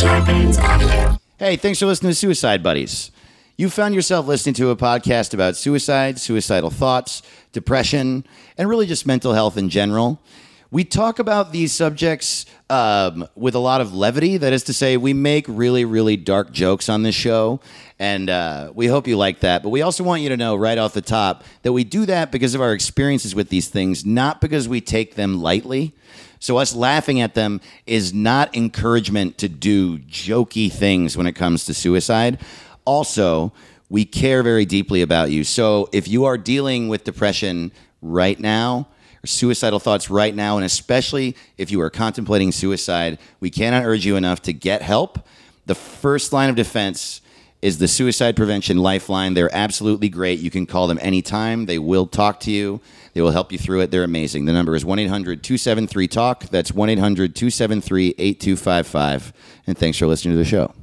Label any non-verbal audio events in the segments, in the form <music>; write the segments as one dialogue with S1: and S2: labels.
S1: Scarpins Avenue.
S2: Hey, thanks for listening to Suicide Buddies. You found yourself listening to a podcast about suicide, suicidal thoughts, depression, and really just mental health in general. We talk about these subjects um, with a lot of levity. That is to say, we make really, really dark jokes on this show, and uh, we hope you like that. But we also want you to know right off the top that we do that because of our experiences with these things, not because we take them lightly. So us laughing at them is not encouragement to do jokey things when it comes to suicide. Also, we care very deeply about you. So if you are dealing with depression right now, or suicidal thoughts right now, and especially if you are contemplating suicide, we cannot urge you enough to get help. The first line of defense is the Suicide Prevention Lifeline. They're absolutely great. You can call them anytime. They will talk to you, they will help you through it. They're amazing. The number is 1 800 273 TALK. That's 1 800 273 8255. And thanks for listening to the show.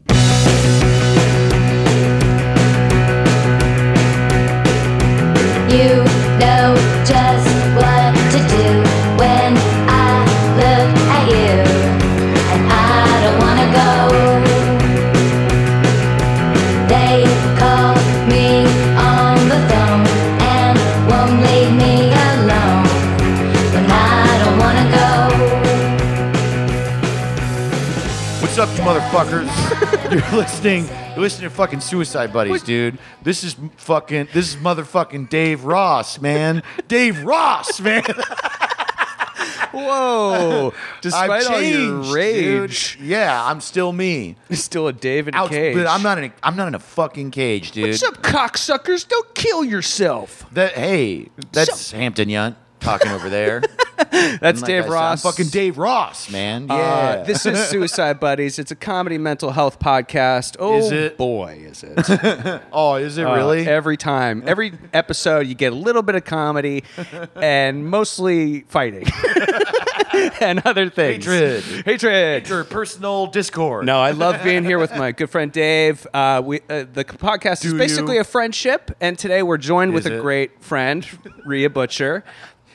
S3: You know just what to do when I look at you, and I don't wanna go. They call me on the phone and won't leave me alone when I don't wanna go.
S2: What's up, you motherfuckers? <laughs> You're listening. You're listening to fucking Suicide Buddies, dude. This is fucking. This is motherfucking Dave Ross,
S4: <laughs>
S2: man. Dave Ross, man.
S4: Whoa! Despite
S2: <laughs> I've
S4: all
S2: changed,
S4: your rage,
S2: dude. Yeah, I'm still me.
S4: you're still a David
S2: Ouch,
S4: Cage.
S2: But I'm not in a, I'm not in a fucking cage, dude.
S4: What's up, cocksuckers? Don't kill
S2: <laughs>
S4: yourself.
S2: That hey, that's Hampton Yunt talking over
S4: <laughs>
S2: there.
S4: That's
S2: Like I
S4: Dave
S2: said, I'm
S4: Ross.
S2: fucking Dave Ross, man. Yeah.
S4: Uh, this
S2: <laughs>
S4: is Suicide Buddies. It's a comedy mental health podcast. Oh
S2: Is it?
S4: boy, is
S2: <laughs>
S4: it?
S2: oh, is it really?
S4: Uh, every time, every episode, you get a little bit
S2: <laughs>
S4: of comedy, and mostly fighting <laughs> and other things.
S2: Hatred.
S4: Hatred.
S2: Your personal discord.
S4: No, I love being here with my good friend Dave. Uh, we uh, the podcast is
S2: Do
S4: basically
S2: you?
S4: a friendship, and today we're joined with
S2: Is
S4: a
S2: it?
S4: great friend, Rhea Butcher.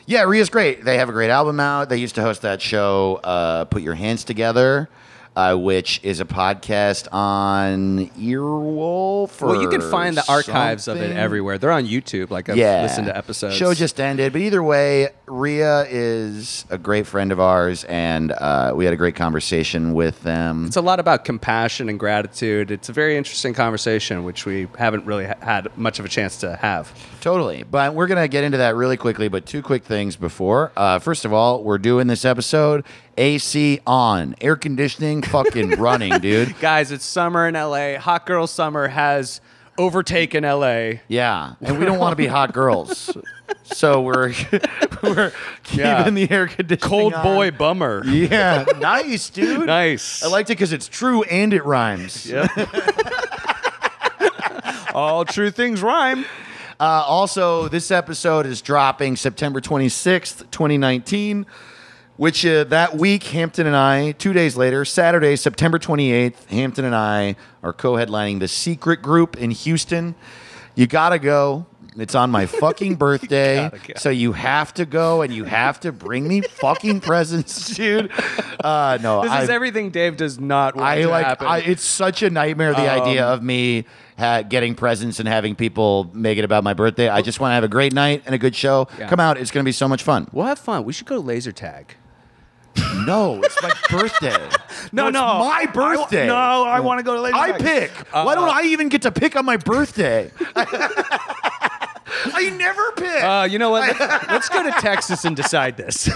S2: Yeah, Ria's great. They have a great album out. They used to host that show, uh, Put Your Hands Together, uh, which is a podcast on Earwolf.
S4: well, you can
S2: or
S4: find the archives of it
S2: something.
S4: everywhere. They're on YouTube. Like I've
S2: Yeah.
S4: listened to episodes.
S2: Show just ended. But either way, Ria is a great friend of ours, and uh, we had a great conversation with them.
S4: It's a lot about compassion and gratitude. It's a very interesting conversation, which we haven't really ha- had much of a chance to have.
S2: Totally. But we're going to get into that really quickly. But two quick things before. Uh, first of all, we're doing this episode AC on, air conditioning fucking
S4: <laughs>
S2: running, dude.
S4: Guys, it's summer in LA. Hot girl summer has overtaken LA.
S2: Yeah. And we don't want to be hot girls. So we're, <laughs> we're keeping
S4: Yeah.
S2: the air conditioning.
S4: Cold
S2: on.
S4: boy bummer.
S2: <laughs> Yeah. nice, dude.
S4: Nice.
S2: I liked it because it's true and it rhymes.
S4: All true things rhyme.
S2: Uh, also, this episode is dropping September 26th, 2019, which uh, that week, Hampton and I, two days later, Saturday, September 28th, Hampton and I are co headlining the Secret Group in Houston. You gotta go. It's on my
S4: <laughs>
S2: fucking birthday.
S4: gotta go.
S2: so you have to go and you have to bring me fucking presents, dude. Uh, no,
S4: This
S2: I,
S4: is everything Dave does not want
S2: I
S4: to
S2: like
S4: happen. Um,
S2: I, it's such a nightmare the idea of me ha- getting presents and having people make it about my birthday. I just want to have a great night and a good show.
S4: Yeah.
S2: Come out, it's going to be so much fun.
S4: we'll have fun. We should go laser tag.
S2: No, it's
S4: <laughs>
S2: my birthday. it's my birthday.
S4: I want to go to laser
S2: I pick. Why don't I even get to pick on my birthday? <laughs> I never pick.
S4: Uh, you know what?
S2: <laughs>
S4: Let's, let's go to Texas and decide this.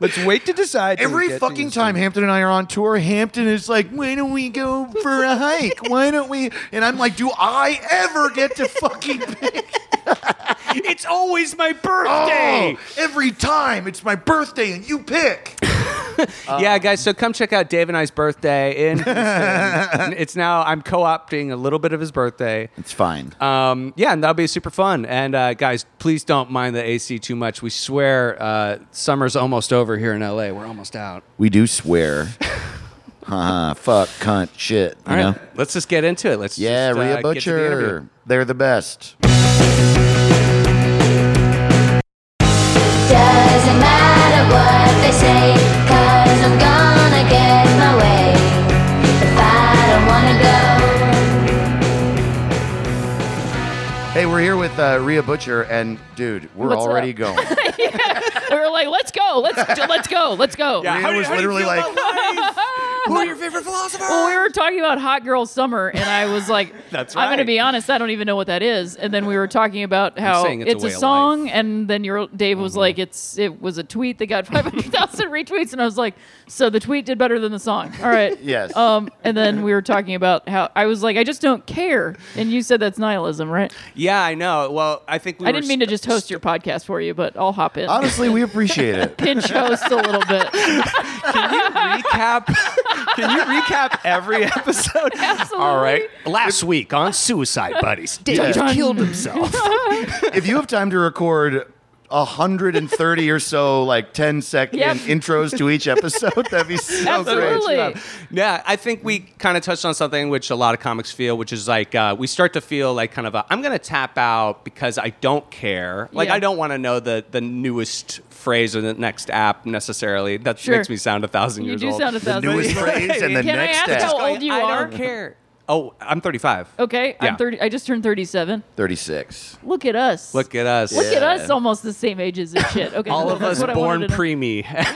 S4: let's wait to decide. till we
S2: Every
S4: get to
S2: fucking
S4: Houston.
S2: time Hampton and I are on tour, Hampton is like, "Why don't we go for a hike? Why don't we?" And I'm like, "Do I ever get to fucking pick?"
S4: It's always my birthday.
S2: Oh, every time it's my birthday and you pick.
S4: yeah, guys. So come check out Dave and I's
S2: <laughs>
S4: birthday in. Houston. it's now. I'm co-opting a little bit of his birthday.
S2: It's fine.
S4: Um, yeah, and that'll be super fun. And uh, guys, please don't mind the AC too much. We swear, uh, summer's almost over here in LA. We're almost out.
S2: we do
S4: <laughs>
S2: swear. Haha, fuck, cunt, shit. You
S4: All
S2: know?
S4: right, let's just get into it. Let's
S2: Yeah,
S4: just, uh,
S2: Rhea
S4: get to the interview.
S2: Butcher. They're the best.
S3: Doesn't matter what they say, cause I'm gonna get my way. The
S2: Hey, we're here with uh, Rhea Butcher, and dude, we're
S1: What's <laughs>
S2: already
S1: up?
S2: going.
S1: we were like, let's go, let's let's go, let's go.
S2: Rhea was literally like,
S4: "Who are your favorite philosophers?"
S1: Well, we were talking about Hot Girl Summer, and I was like,
S4: <laughs> That's
S1: I'm going to
S4: right.
S1: be honest, I don't even know what that is. And then we were talking about how
S4: saying it's a
S1: it's a,
S4: way of
S1: song,
S4: life. Mm-hmm.
S1: and then your Dave was like, it's it was a tweet that got <laughs> 500,000 retweets, and I was like, so the tweet did better than the song.
S4: <laughs>
S1: All right.
S2: Yes.
S1: Um, and then we were talking about how I was like, I just don't care, and you said that's nihilism, right?
S4: <laughs> Yeah, I know. Well, I think we
S1: I
S4: were
S1: didn't mean to
S4: st-
S1: just host your podcast for you, but I'll hop in.
S2: honestly, we appreciate it.
S1: Pinch host a little
S4: <laughs>
S1: bit. <laughs>
S4: recap. Can you recap every
S1: <laughs>
S4: episode?
S1: Absolutely.
S5: All right. Last week on Suicide Buddies, Dave
S1: Dun. <laughs>
S5: killed himself.
S2: if you have time to record 130 or so like 10 second
S1: Yep.
S2: intros to each episode that'd
S1: <laughs>
S2: be so
S1: Absolutely.
S2: great
S4: Uh, Yeah, I think we kind of touched on something which a lot of comics feel, which is like uh, we start to feel like kind of a, I'm going to tap out because I don't care. Like
S1: Yeah.
S4: I don't want to know the the newest phrase or the next app necessarily. That
S1: Sure.
S4: makes me sound a thousand
S1: You
S4: years
S1: do
S4: old.
S1: sound a thousand.
S2: newest
S1: years old.
S2: phrase and the
S1: Can I
S2: next
S1: ask
S2: step.
S1: how
S4: Like,
S1: old you
S4: I
S1: are?
S4: don't care. Oh, I'm 35.
S1: Okay,
S4: Yeah.
S1: I'm thirty. I just turned thirty-seven.
S2: 36
S1: Look at us.
S4: Look at us.
S1: Look at
S2: Yeah.
S1: us, almost the same
S4: <laughs>
S1: ages and shit. Okay,
S4: All of
S1: that's
S4: us
S1: what I
S4: born
S1: wanted to know.
S4: pre <laughs>
S1: <laughs>
S4: me. yet,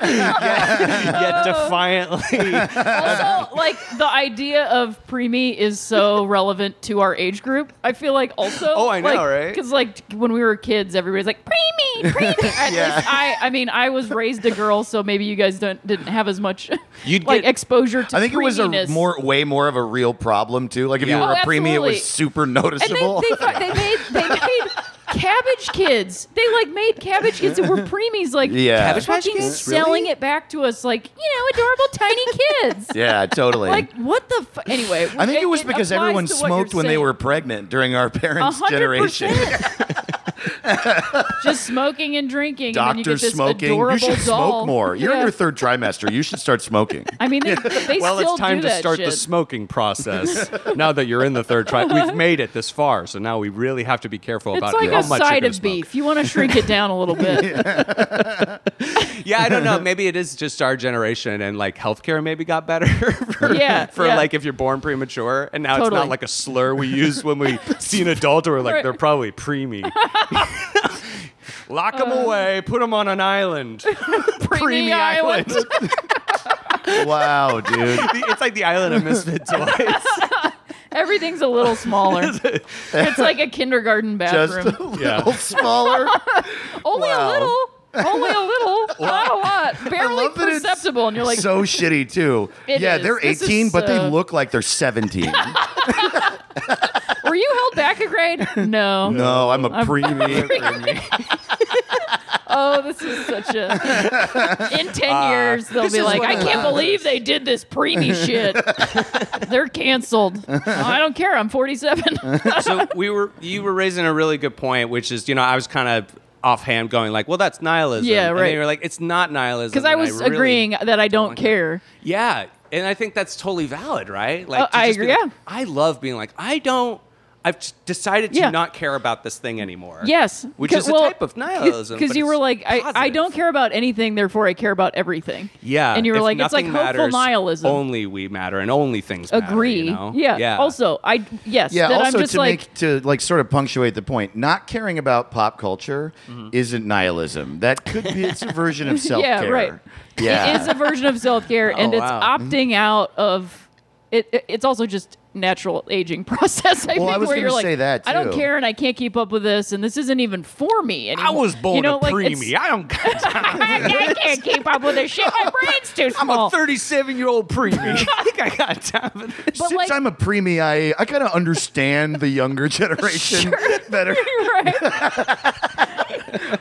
S4: yet
S1: Oh. <laughs>
S4: defiantly
S1: Also, like the idea of preemie is
S4: <laughs>
S1: so relevant to our age group. I feel like also.
S4: Oh, I know, right?
S1: Because like when we were kids, everybody's like preemie,
S4: <laughs>
S1: preemie. At least I, I mean, I was raised a girl, so maybe you guys don't didn't have as much
S4: You'd
S1: like
S4: get-
S1: exposure to.
S2: i think it was a
S1: preeminess.
S2: more way more of a real problem too like if
S4: Yeah.
S2: you were
S1: Oh,
S2: a preemie it
S1: absolutely.
S2: was super
S1: And they,
S2: noticeable
S1: they, thought- they made they made cabbage kids. They like made cabbage kids that were preemies, like
S2: Yeah. Cabbage Patch
S1: fucking
S2: Kids?
S1: selling it back to us, like you know, adorable tiny kids.
S2: <laughs> <laughs> yeah totally
S1: Like what the fu- anyway?
S2: i think it was because
S1: applies
S2: everyone
S1: to what you're
S2: smoked when they
S1: saying.
S2: were pregnant during our <laughs>
S1: A
S2: parents
S1: hundred
S2: generation
S1: percent. Just smoking and drinking. and then you get
S2: doctors
S1: this
S2: smoking
S1: adorable
S2: you should
S1: doll.
S2: smoke more you're in
S1: Yeah.
S2: your third trimester you should start
S1: <laughs>
S2: smoking <laughs>
S1: I mean, they, they
S4: well,
S1: still
S4: it's time
S1: do
S4: to
S1: that
S4: start the
S1: shit.
S4: smoking process.
S1: <laughs>
S4: now that you're in the third try, we've made it this far, so now we really have to be careful
S1: It's
S4: about
S1: like
S4: how
S1: a
S4: much you're
S1: side
S4: gonna
S1: of
S4: smoke.
S1: beef. You want to shrink it down a little bit.
S2: <laughs>
S4: Yeah, I don't
S1: <laughs>
S4: know. Maybe it is just our generation, and like healthcare maybe got better <laughs> for,
S1: Yeah,
S4: for
S1: yeah.
S4: like if you're born premature, and now it's
S1: Totally.
S4: not like a slur we use when
S1: <laughs>
S4: we see an adult, or we're like
S1: Right.
S4: they're probably preemie.
S1: <laughs>
S4: Lock them away, put them on an
S1: <laughs>
S4: island.
S1: Uh. Preemie island.
S2: wow dude
S4: it's like the island of
S1: <laughs>
S4: misfit toys.
S1: Everything's a little smaller.
S2: <laughs>
S1: it's like a kindergarten
S2: just
S1: bathroom.
S2: a little
S4: Yeah.
S2: smaller
S1: Only
S2: wow.
S1: a little. Only a
S4: <laughs>
S1: little. Not a lot. Barely
S2: love that it's
S1: perceptible. And <laughs> you're like,
S2: so shitty too.
S1: <laughs> It
S2: yeah,
S1: is.
S2: they're
S1: This
S2: 18,
S1: is,
S2: but they
S1: uh,
S2: look like they're
S1: <laughs>
S2: 17.
S1: were you held back a
S4: <laughs>
S1: grade? No.
S2: no, I'm a
S1: <laughs>
S2: preemie.
S1: Oh, this is
S4: <laughs>
S1: such a. In 10 years, they'll be
S4: Uh, is
S1: like,
S4: what
S1: I
S4: it
S1: can't believe they did
S4: <laughs>
S1: this preemie shit. They're canceled. "Oh, I don't care.
S4: <laughs>
S1: I'm 47.
S4: so we were you were raising a really good point, which is you know I was kind of offhand going like, well, that's nihilism.
S1: Yeah,
S4: And
S1: right.
S4: then you were like, it's not nihilism.
S1: Because I
S4: and
S1: was
S4: really-
S1: agreeing that I don't care.
S4: Yeah, and I think that's totally valid, right? Like
S1: Oh,
S4: to
S1: I
S4: just be
S1: agree,
S4: like,
S1: yeah.
S4: I love being like, I don't. I've t- decided to
S1: Yeah.
S4: not care about this thing anymore.
S1: Yes.
S4: which
S1: C-
S4: is a
S1: well,
S4: type of nihilism.
S1: Because
S4: but
S1: you
S4: it's
S1: were like, I, I
S4: positive.
S1: don't care about anything, therefore I care about everything.
S4: Yeah,
S1: And you were
S4: if
S1: like, it's like
S4: nothing
S1: hopeful
S4: matters,
S1: nihilism.
S4: Only we matter, and only things matter, you
S1: Agree.
S4: know?
S1: yeah. Also, I yes.
S2: yeah,
S1: that
S2: also
S1: I'm just
S2: to
S1: like
S2: make to like sort of punctuate the point, not caring about pop culture isn't nihilism. That could be it's a version of self-care.
S1: <laughs> yeah, right.
S2: Yeah. Mm-hmm.
S1: It is a version of self care, and it's
S4: wow.
S1: opting out of. It, it- it's also just natural aging <laughs> process. I
S2: Well,
S1: think
S2: I was
S1: where
S2: gonna
S1: you're like,
S2: say that,
S1: I don't
S2: too.
S1: care, and I can't keep up with this, and this isn't even for me anymore.
S5: I was born
S1: you
S5: a
S1: know, like, it's-
S5: preemie. I don't.
S1: <laughs> I, I can't keep up with this shit. My brain's too
S5: I'm a
S1: small.
S5: 37 year old
S1: <laughs>
S5: preemie.
S4: I think I got time for this.
S1: but
S2: Since
S1: like,
S2: I'm a preemie, I, I kind of understand the younger <laughs> generation better.
S1: <laughs> right?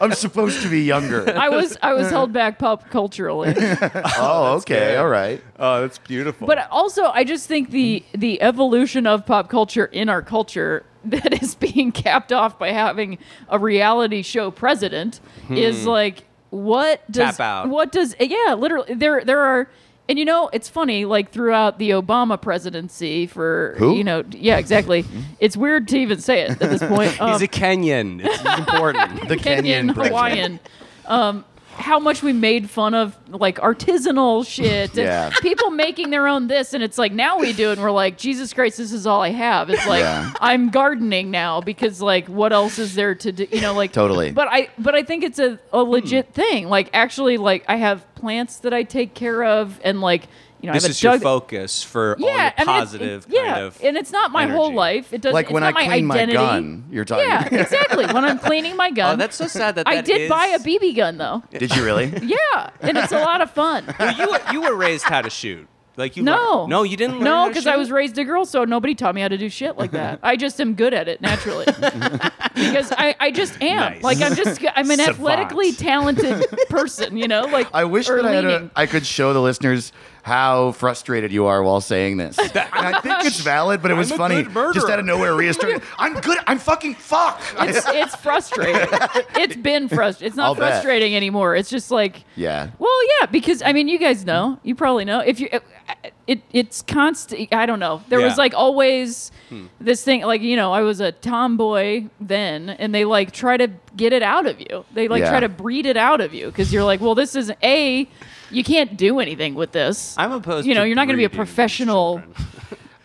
S2: I'm supposed to be
S4: <laughs> Oh,
S2: younger.
S1: I was I was held back pop culturally.
S2: oh, okay, all right.
S4: Oh, that's beautiful.
S1: But also, I just think the the evolution of pop culture in our culture <laughs> that is being capped off by having a reality show president is like what
S4: Hmm.
S1: does
S4: Tap out.
S1: what does yeah literally there there are and you know it's funny like throughout the Obama presidency for
S2: Who?
S1: you know
S4: <laughs>
S1: yeah exactly it's weird to even say it at this point
S4: he's
S1: Um, <laughs>
S4: a Kenyan. It's important.
S2: The Kenyan,
S1: Kenyan
S2: president.
S1: Hawaiian. Um, how much we made fun of like artisanal <laughs> shit and
S2: Yeah.
S1: people making their own this and it's like now we do it and we're like jesus christ this is all i have it's like
S2: Yeah.
S1: i'm gardening now because like what else is there to do you know like
S2: Totally.
S1: but i but i think it's a,
S4: Hmm.
S1: a legit thing like actually like i have plants that i take care of and like you know
S4: This
S1: i have
S4: is
S1: a
S4: your
S1: jug
S4: focus for
S1: yeah,
S4: all your
S1: and it-
S4: positive
S1: it- yeah,
S4: kind of.
S1: and it's not my whole
S4: energy.
S1: life. It doesn't.
S2: Like
S1: it's
S2: when
S1: not
S2: I
S1: my
S2: clean my
S1: identity.
S2: gun, you're talking-
S1: Yeah, exactly. when I'm cleaning my
S4: <laughs>
S1: gun.
S4: oh, that's so sad that,
S1: um, I
S4: that
S1: did
S4: is-
S1: buy a BB
S4: <laughs>
S1: gun though.
S2: <laughs> Did you really?
S1: <laughs> Yeah, and it's a lot of fun.
S4: Well, you were, you were raised how to shoot. Like you
S1: No,
S4: learned- no, you didn't. Learn
S1: No,
S4: how to
S1: because I
S4: shoot?
S1: was raised a girl, so nobody taught me how to do shit like that. I just am good at
S4: <laughs>
S1: it naturally because I, I just am.
S4: Nice.
S1: Like I'm just I'm an
S5: Savant.
S1: athletically talented person. You know, like
S2: I wish
S1: or
S2: that I, had a,
S1: leaning.
S2: I could show the listeners how frustrated you are while saying
S4: <laughs>
S2: this. And I think it's valid, but it was
S4: a
S2: funny.
S4: good murderer.
S2: Just out of nowhere, Rhea
S1: <laughs>
S2: started, I'm good. I'm fucking fuck. <laughs>
S1: It's, it's frustrating. It's been frustrating. It's not
S2: I'll bet.
S1: frustrating anymore. It's just like
S2: yeah.
S1: Well, yeah, because I mean, you guys know, you probably know. If you, it, it it's constant. I don't know. There
S4: Yeah. Hmm.
S1: was like always this thing, like you know, I was a tomboy then, and they like try to get it out of you. They like
S2: Yeah.
S1: try to breed it out of you because you're like, well, this is a, you can't do anything with this.
S4: I'm opposed.
S1: You know,
S4: to
S1: you're not going to be a
S4: breeding <laughs>
S1: professional
S4: children.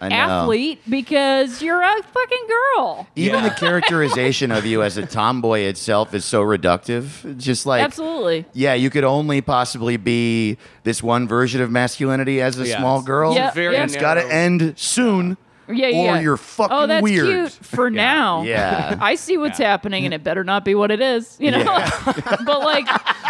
S2: I know.
S1: athlete because you're a fucking girl.
S2: Even
S4: Yeah.
S2: the characterization of you as a tomboy itself is so reductive. It's Just like,
S1: Absolutely.
S2: yeah, you could only possibly be this one version of masculinity as a
S4: Yeah.
S2: small girl.
S1: Yeah,
S4: Very
S1: yeah.
S2: It's got to
S4: narrow.
S2: end soon.
S1: Yeah, yeah.
S2: Or
S1: yeah.
S2: you're fucking
S1: oh, that's
S2: weird.
S1: cute for now.
S2: Yeah.
S1: I see what's happening, and it better not be what it is, you know. <laughs> but like,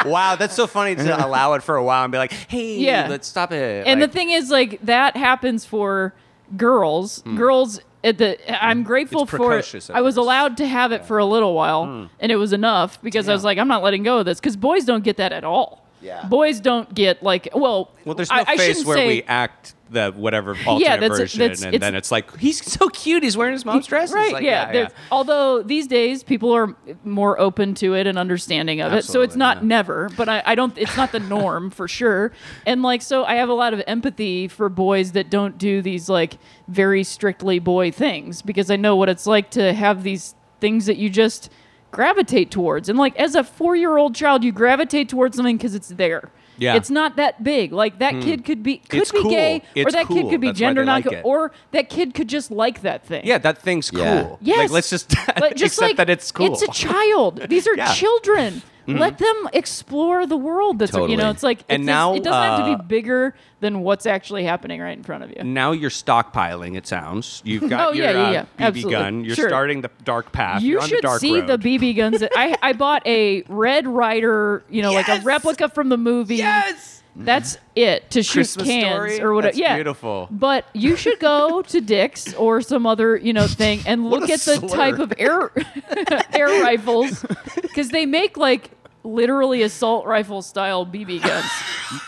S4: Wow, that's so funny <laughs> to allow it for a while and be like, hey,
S1: Yeah.
S4: let's stop it.
S1: and
S4: Like,
S1: the thing is, like that happens for girls. Girls at the. I'm grateful
S4: Hmm. It's
S1: for.
S4: precocious at
S1: I was
S4: first. Hmm.
S1: allowed to have it for a little while, and it was enough because I was like, I'm not letting go of this because boys don't get that at all.
S2: Yeah.
S1: Boys don't get like well.
S4: well, there's no
S1: I, I
S4: face
S1: shouldn't
S4: where
S1: say,
S4: we act the whatever alternate
S1: that's-
S4: version,
S1: that's-
S4: and
S1: it's-
S4: then it's like he's so cute, he's wearing his mom's dress. It's
S1: Right.
S4: like,
S1: yeah.
S4: yeah,
S1: there's- Although these days people are more open to it and understanding of it, so it's
S4: Absolutely,
S1: not
S4: yeah.
S1: never, but I, I don't. It's not the norm for sure. And like, so I have a lot of empathy for boys that don't do these like very strictly boy things because I know what it's like to have these things that you just gravitate towards. And like, as a four-year-old child, you gravitate towards something because it's there.
S4: Yeah. Hmm.
S1: It's not that big. Like that kid could be could
S4: It's
S1: be
S4: cool.
S1: gay, or
S4: It's
S1: that kid
S4: cool.
S1: could be
S4: That's why
S1: gender
S4: they
S1: non,
S4: like it.
S1: or that kid could just like that thing.
S4: Yeah, that thing's
S2: Yeah.
S4: cool.
S1: Yes.
S4: Like, let's just, <laughs>
S1: But just
S4: accept
S1: like,
S4: that it's cool.
S1: It's a child. These are
S4: Yeah. Mm-hmm.
S1: children. Let them explore the world. That's you know.
S2: Totally.
S1: It's like
S4: And
S1: it's-
S4: now,
S1: it doesn't have to
S4: uh,
S1: be bigger than what's actually happening right in front of
S4: <laughs>
S1: you.
S4: now you're stockpiling. It sounds
S1: <laughs>
S4: you've got
S1: Oh,
S4: your
S1: yeah, yeah,
S4: uh,
S1: yeah.
S4: BB
S1: Absolutely.
S4: gun. You're
S1: Sure.
S4: starting the dark path.
S1: You
S4: are on
S1: should
S4: the dark
S1: see
S4: road.
S1: the BB
S4: <laughs>
S1: guns. That I I bought a Red Rider. You know, like
S4: Yes!
S1: a replica from the movie.
S4: Yes!
S1: That's it to shoot
S4: Christmas
S1: cans
S4: story?
S1: or whatever.
S4: That's
S1: yeah,
S4: beautiful.
S1: But you should go to Dick's or some other you know thing
S4: <laughs>
S1: and
S4: What
S1: look
S4: a
S1: at the
S4: slur.
S1: type of air <laughs> air rifles because they make like literally assault rifle style BB guns.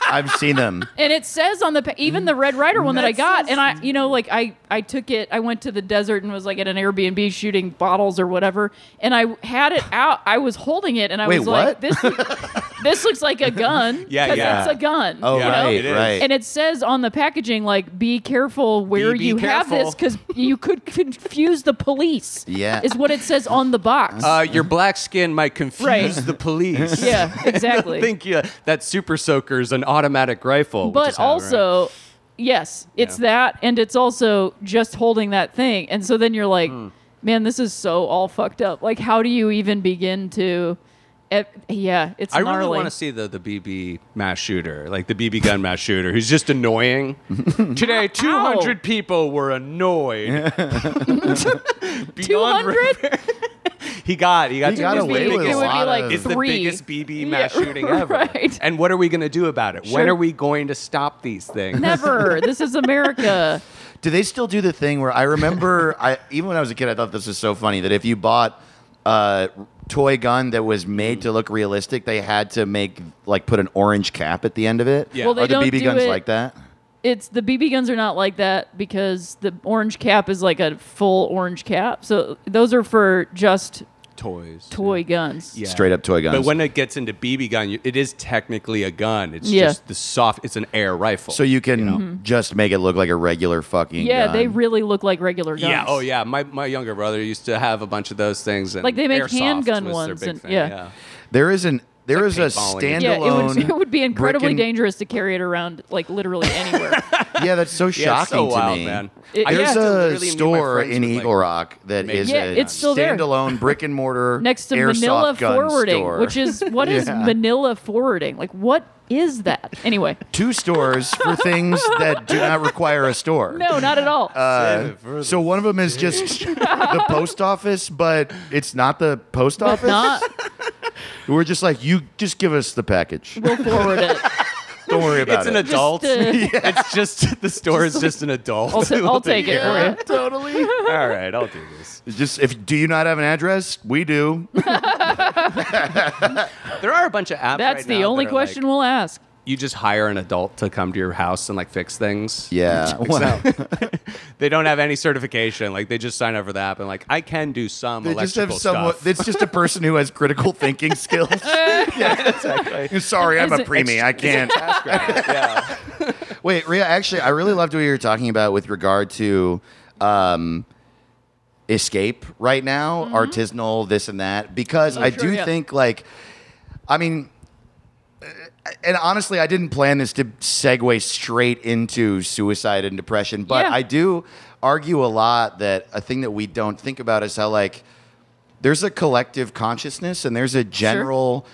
S2: I've seen
S4: <laughs>
S2: them.
S1: And it says on the pa- even the Red Rider one that I got, and I you know like I I took it. I went to the desert and was like at an Airbnb shooting bottles or whatever, and I had it out. I was holding it and I
S2: Wait,
S1: was
S2: what?
S1: like, this this looks like a gun.
S4: Yeah,
S1: 'cause
S4: yeah.
S1: It's a gun.
S2: Oh,
S1: you
S4: Yeah,
S1: know?
S2: right,
S4: it is.
S2: right.
S1: And it says on the packaging like, be careful where
S4: Be- be
S1: you have this because you could confuse the police.
S2: Yeah.
S1: is what it says on the box.
S4: Uh, your black skin might confuse
S1: Right.
S4: the police.
S1: <laughs> yeah,
S4: <laughs>
S1: exactly.
S4: think yeah, that super soaker is an automatic rifle. which is
S1: but
S4: how it ran.
S1: also yes it's that and it's also just holding that thing and so then you're like
S2: Hmm.
S1: man this is so all fucked up like how do you even begin to eh, yeah it's
S4: I
S1: gnarly.
S4: really want to see the, the BB mass shooter, like the BB gun mass shooter, who's just
S1: <laughs>
S4: annoying. Today, 200 people were
S1: <laughs>
S4: annoyed. Beyond
S1: 200
S4: repair. <laughs> he got he got,
S2: He got
S4: it's the
S2: away with
S4: biggest-
S2: a
S1: It would be
S2: lot
S1: like
S2: of
S4: It's
S1: Three.
S4: the biggest BB
S1: <laughs> Yeah,
S4: mass shooting ever.
S1: right.
S4: <laughs> And what are we going to do about it? When
S1: Sure.
S4: are we going to stop these things?
S1: never this is america
S2: Do they still do the thing where I remember?
S4: <laughs>
S2: I even when I was a kid, I thought this was so funny that if you bought a toy gun that was made to look realistic, they had to make like put an orange cap at the end of it.
S4: Yeah. Well, they
S2: are the
S1: don't
S2: BB
S1: do
S2: guns
S1: it-
S2: like that?
S1: it's the bb guns are not like that because the orange cap is like a full orange cap so those are for just
S4: Toys.
S1: toy guns
S4: Yeah.
S2: Straight up toy guns.
S4: But when it gets into BB gun, you- it is technically a gun. It's
S1: Yeah.
S4: just the soft. It's an air rifle.
S2: so you can
S4: Mm-hmm.
S2: just make it look like a regular fucking.
S1: yeah
S2: gun.
S1: they really look like regular guns
S4: Yeah. Oh, yeah. My, my younger brother used to have a bunch of those things. And
S1: Like, they make
S4: airsoft
S1: handgun
S4: was their
S1: ones
S4: big
S1: and-
S4: thing,
S1: yeah.
S2: There is an There is a
S4: paintballing. Yeah,
S1: Yeah, it
S2: standalone.
S1: would, <laughs> it would be incredibly
S2: brick and-
S1: dangerous to carry it around like
S4: <laughs>
S1: literally anywhere.
S2: Yeah, that's so
S4: Yeah, it's
S2: shocking
S4: so
S2: to
S4: wild,
S2: me.
S4: man.
S1: It-
S4: I
S1: yeah.
S2: There's
S4: used to
S2: a
S4: literally meet my
S2: store
S4: friends
S2: in
S4: with, like-
S2: Eagle Rock that is
S1: Yeah,
S2: a
S1: it's still there.
S2: standalone brick and mortar
S1: <laughs> next to
S2: airsoft
S1: Manila
S2: gun
S1: forwarding,
S2: store.
S1: which is what is
S2: Yeah.
S1: Manila forwarding? Like what is that? Anyway,
S2: two stores for things that do not require a store.
S1: no, not at all.
S2: Uh, so one of them is
S4: <laughs>
S2: just the post office, but it's not the post
S1: but
S2: office.
S1: not
S2: We're just like, you just give us the package.
S1: we'll forward
S4: <laughs>
S1: it.
S2: Don't worry about
S4: It's
S2: it.
S4: an adult.
S1: uh,
S4: <laughs> It's just the store is just an adult. <laughs>
S1: I'll, ta- I'll take it
S4: Yeah.
S1: for you.
S2: totally.
S4: All right, I'll do this.
S2: It's just if do you not have an address? We do.
S4: There are a bunch of apps.
S1: That's
S4: right now
S1: the
S4: that
S1: only
S4: are,
S1: question
S4: Like,
S1: we'll ask.
S4: you just hire an adult to come to your house and like fix things.
S2: Yeah. Well,
S4: They don't have any certification. Like they just sign up for the app and like I can do some
S2: they just have
S4: electrical
S2: someone.
S4: stuff.
S2: It's just a person who has critical
S4: <laughs>
S2: thinking skills. yeah, <laughs> exactly. <laughs> Sorry, I'm a
S1: Isn't-
S2: preemie. I can't. <laughs>
S4: yeah.
S2: Wait, Rhea, actually, I really loved what you were talking about with regard to um, escape right now, artisanal, this and that, because I
S1: sure,
S2: do
S1: Mm-hmm. yeah.
S2: think, like, I mean, uh, and honestly, I didn't plan this to segue straight into suicide and depression, but
S1: Yeah.
S2: I do argue a lot that a thing that we don't think about is how, like, there's a collective consciousness and there's a general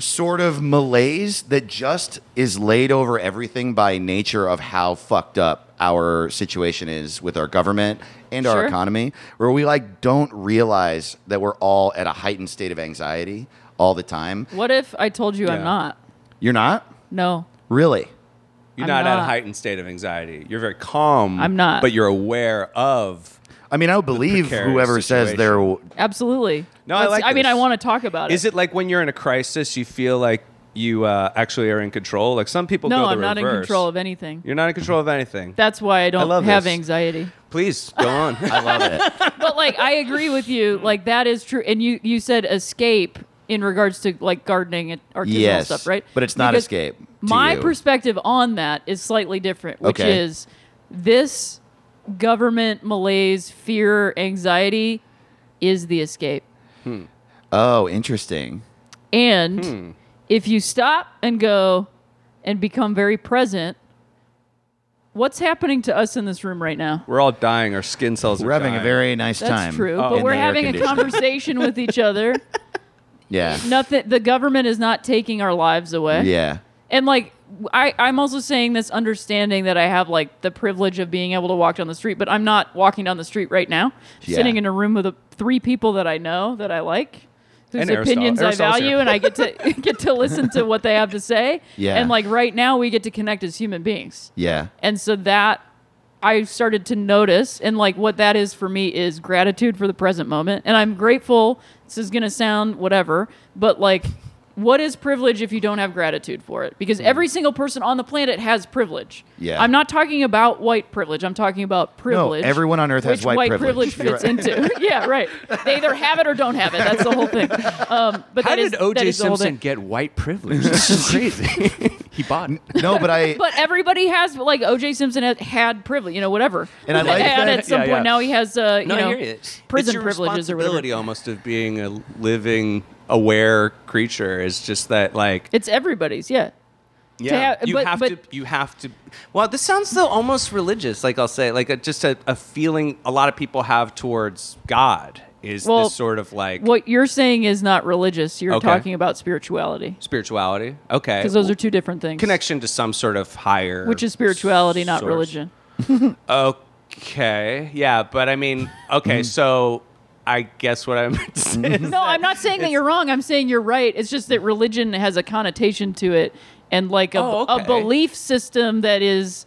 S2: sort of malaise that just is laid over everything by nature of how fucked up our situation is with our government and our
S1: Sure.
S2: economy where we like don't realize that we're all at a heightened state of anxiety all the time
S1: What if I told you I'm
S4: Yeah.
S1: not?
S2: you're not
S1: No. <laughs>
S2: really
S4: <laughs> You're
S1: I'm
S4: not, at a
S1: not.
S4: heightened state of anxiety. You're very calm.
S1: I'm not.
S4: But you're aware of.
S2: i mean i would believe
S4: precarious
S2: whoever says they're
S1: Absolutely.
S4: No, I like
S1: I mean,
S4: this.
S1: I want to talk about
S4: Is
S1: it.
S4: it like when you're in a crisis, you feel like you uh, actually are in control? Like some people go
S1: No,
S4: the
S1: I'm not in
S4: reverse.
S1: control of anything.
S4: You're not in control of anything.
S1: That's why I don't
S4: love
S1: have
S4: this.
S1: anxiety.
S4: Please go on.
S1: <laughs>
S2: i love it
S1: but like I agree with
S2: Mm.
S1: you. Like that is true. And you you said escape in regards to like gardening and artisanal
S2: Yes,
S1: stuff, right?
S2: but it's not
S1: Because
S2: escape to
S1: My
S2: you.
S1: perspective on that is slightly different, which
S2: Okay.
S1: is this government malaise, fear, anxiety is the escape.
S2: oh interesting
S1: And
S2: Hmm.
S1: if you stop and go and become very present, what's happening to us in this room right now?
S4: We're all dying. Our skin cells are
S2: we're having a
S4: dying.
S2: very nice
S1: That's
S2: time
S1: true,
S4: Oh.
S1: but
S2: in
S1: we're
S2: the air
S1: having a
S2: conditioning.
S1: conversation with
S2: <laughs>
S1: each other.
S2: yeah
S1: Nothing. The government is not taking our lives away.
S2: yeah
S1: And like, I, I'm also saying this understanding that I have like the privilege of being able to walk down the street, but I'm not walking down the street right now.
S2: Yeah.
S1: Sitting in a room with a, three people that I know that I like, whose
S4: And Aristotle-
S1: opinions I
S4: Aristotle's
S1: value,
S4: here.
S1: and I get to
S4: <laughs>
S1: <laughs> get to listen to what they have to say.
S2: Yeah.
S1: And like right now, we get to connect as human beings.
S2: yeah
S1: And so that I started to notice, and like what that is for me is gratitude for the present moment. And I'm grateful. This is going to sound whatever, but like, what is privilege if you don't have gratitude for it? Because every single person on the planet has privilege.
S2: Mm. Yeah.
S1: I'm not talking about white privilege. I'm talking about privilege.
S2: everyone on earth has
S1: which
S2: white privilege.
S1: privilege. fits into. <laughs> yeah, right. They either have it or don't have it. That's the
S2: <laughs>
S1: whole thing. Um, but
S4: How
S1: that
S4: did
S1: is- that
S4: O.J.
S1: is the whole
S4: Simpson
S1: thing.
S4: get white privilege? This <laughs> is crazy. he bought it.
S2: no but i
S1: <laughs> But everybody has, like OJ Simpson had, had privilege, you know, whatever.
S2: And I
S1: <laughs>
S2: like
S1: had
S2: that-
S1: at some
S4: yeah,
S1: point.
S4: yeah.
S1: Now he has, uh, you
S4: I
S1: know,
S4: hear you.
S1: prison
S4: it's your
S1: privileges or whatever.
S4: responsibility almost of being a living, aware creature is just that like
S1: It's everybody's, yeah.
S4: yeah
S1: have-
S4: you
S1: but-
S4: have
S1: but-
S4: to you have to. Well, this sounds though almost religious. Like I'll say like a, just a, a feeling a lot of people have towards God is
S1: Well,
S4: this sort of like
S1: What you're saying is not religious. You're
S4: Okay.
S1: talking about spirituality
S4: spirituality. Okay,
S1: because those are two different things.
S4: connection to some sort of higher
S1: which is spirituality, not
S4: source.
S1: religion.
S4: Okay, yeah, but I mean,
S1: Mm-hmm.
S4: okay, so I guess what I'm saying.
S1: No, I'm not saying that you're wrong. I'm saying you're right. It's just that religion has a connotation to it and like a,
S4: Oh, okay.
S1: a belief system that is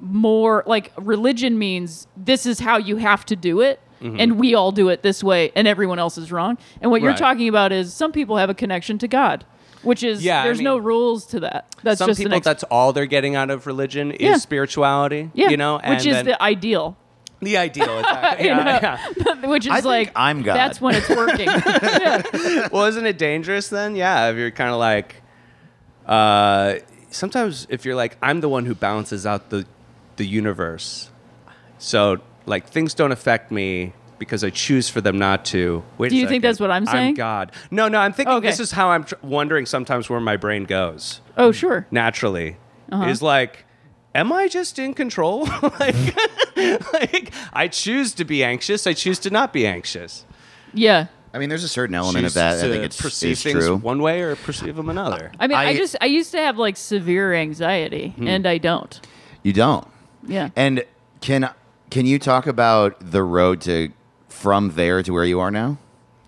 S1: more like religion means this is how you have to do it. And we all do it this way, and everyone else is wrong. And what you're
S4: Mm-hmm. Right.
S1: talking about is some people have a connection to God, which is
S4: Yeah, I
S1: there's no
S4: mean,
S1: rules to that. That's
S4: some
S1: just
S4: people
S1: an ex-
S4: that's all they're getting out of religion is
S1: Yeah.
S4: spirituality
S1: yeah,
S4: you know
S1: which is
S4: then
S1: the ideal.
S4: the
S1: <laughs>
S4: ideal exactly.
S1: You know?
S4: yeah,
S1: which is
S2: I think
S1: like
S2: I'm God.
S1: That's when
S2: <laughs>
S1: it's working. Yeah.
S4: yeah. well isn't it dangerous then yeah if you're kind of like uh sometimes if you're like i'm the one who balances out the the universe so like things don't affect me because I choose for them not to. Wait
S1: Do
S4: a
S1: you
S4: second.
S1: think that's what I'm saying?
S4: God. No, no. I'm thinking
S1: Okay.
S4: this is how I'm tr- wondering sometimes where my brain goes
S1: Oh, sure.
S4: naturally
S1: Uh-huh.
S4: is like am i just in control <laughs> like, like <laughs> i choose to be anxious i choose to not be anxious
S1: Yeah.
S2: I mean, there's a certain element
S4: Choose
S2: of that. I
S4: to
S2: think it's,
S4: perceive
S2: it's
S4: things
S2: true.
S4: one way or perceive them
S1: <laughs>
S4: another
S1: I mean, I,
S2: I-
S1: just I used to have like severe anxiety, and I don't.
S2: You don't.
S1: Yeah.
S2: And can can you talk about the road to from there to where you are now?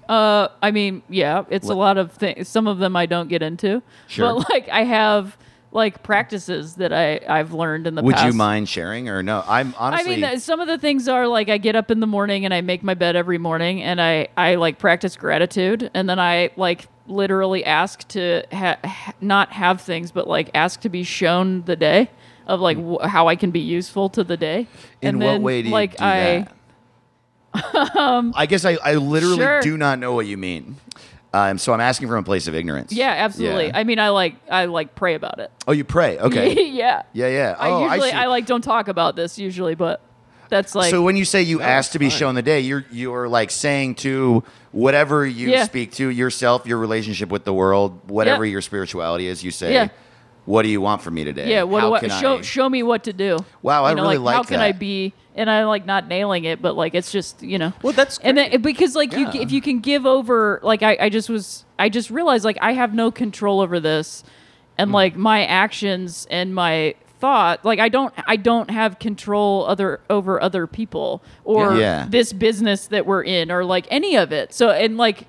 S1: I mean, yeah, it's a lot of things. Some of them I don't get into.
S2: Sure.
S1: But like I have like practices that I I've learned in the
S2: Would
S1: past.
S2: you mind sharing or no? I'm
S1: I
S2: honestly
S1: mean, uh, some of the things are like I get up in the morning and I make my bed every morning, and I I like practice gratitude, and then I like literally ask to ha- ha- not have things, but like ask to be shown the day of like w- how I can be useful to the day.
S2: Hmm. in
S1: and
S2: what
S1: then,
S2: way do you
S1: like
S2: do
S1: I
S2: that?
S1: <laughs>
S2: I guess I, I literally
S1: Sure.
S2: do not know what you mean. Um, so I'm asking from a place of ignorance.
S1: yeah absolutely.
S2: Yeah.
S1: I mean, I like I like pray about it. <laughs>
S2: oh, you pray. Okay.
S1: yeah.
S2: yeah, yeah.
S1: I
S2: Oh, I,
S1: usually
S2: see.
S1: I, like don't talk about this usually, but that's like
S2: so when you say you ask to be shown the day, you're you're like saying to whatever you
S1: Yeah.
S2: speak to yourself, your relationship with the world, whatever
S1: Yeah.
S2: your spirituality is, you say,
S1: Yeah.
S2: "What do you want from me today?
S1: yeah. What
S2: How
S1: do
S2: can
S1: I show
S2: I-
S1: show me what to do?
S2: Wow, I
S1: You know,
S2: really
S1: how
S2: like
S1: can I
S2: that.
S1: be? And I like not nailing it, but like it's just you know.
S4: Well, that's
S1: and then because like you if you can give over like I I just was I just realized like I have no control over this, and like my actions and my thought like I don't I don't have control other over other people or
S2: Yeah.
S1: this business that we're in or like any of it. So and like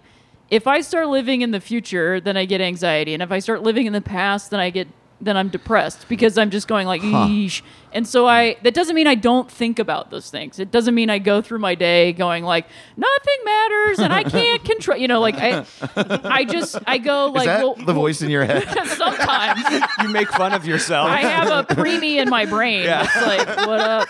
S1: if I start living in the future, then I get anxiety, and if I start living in the past, then I get then I'm depressed because I'm just going like, "Eesh." and so I that doesn't mean I don't think about those things. It doesn't mean I go through my day going like nothing matters and I can't control. You know, like I, I just I go
S2: Is
S1: like
S2: that
S1: well,
S2: the voice in your
S1: <laughs>
S2: head?
S1: sometimes
S4: you make fun of yourself <laughs>
S1: I have a preemie in my brain. It's like what up.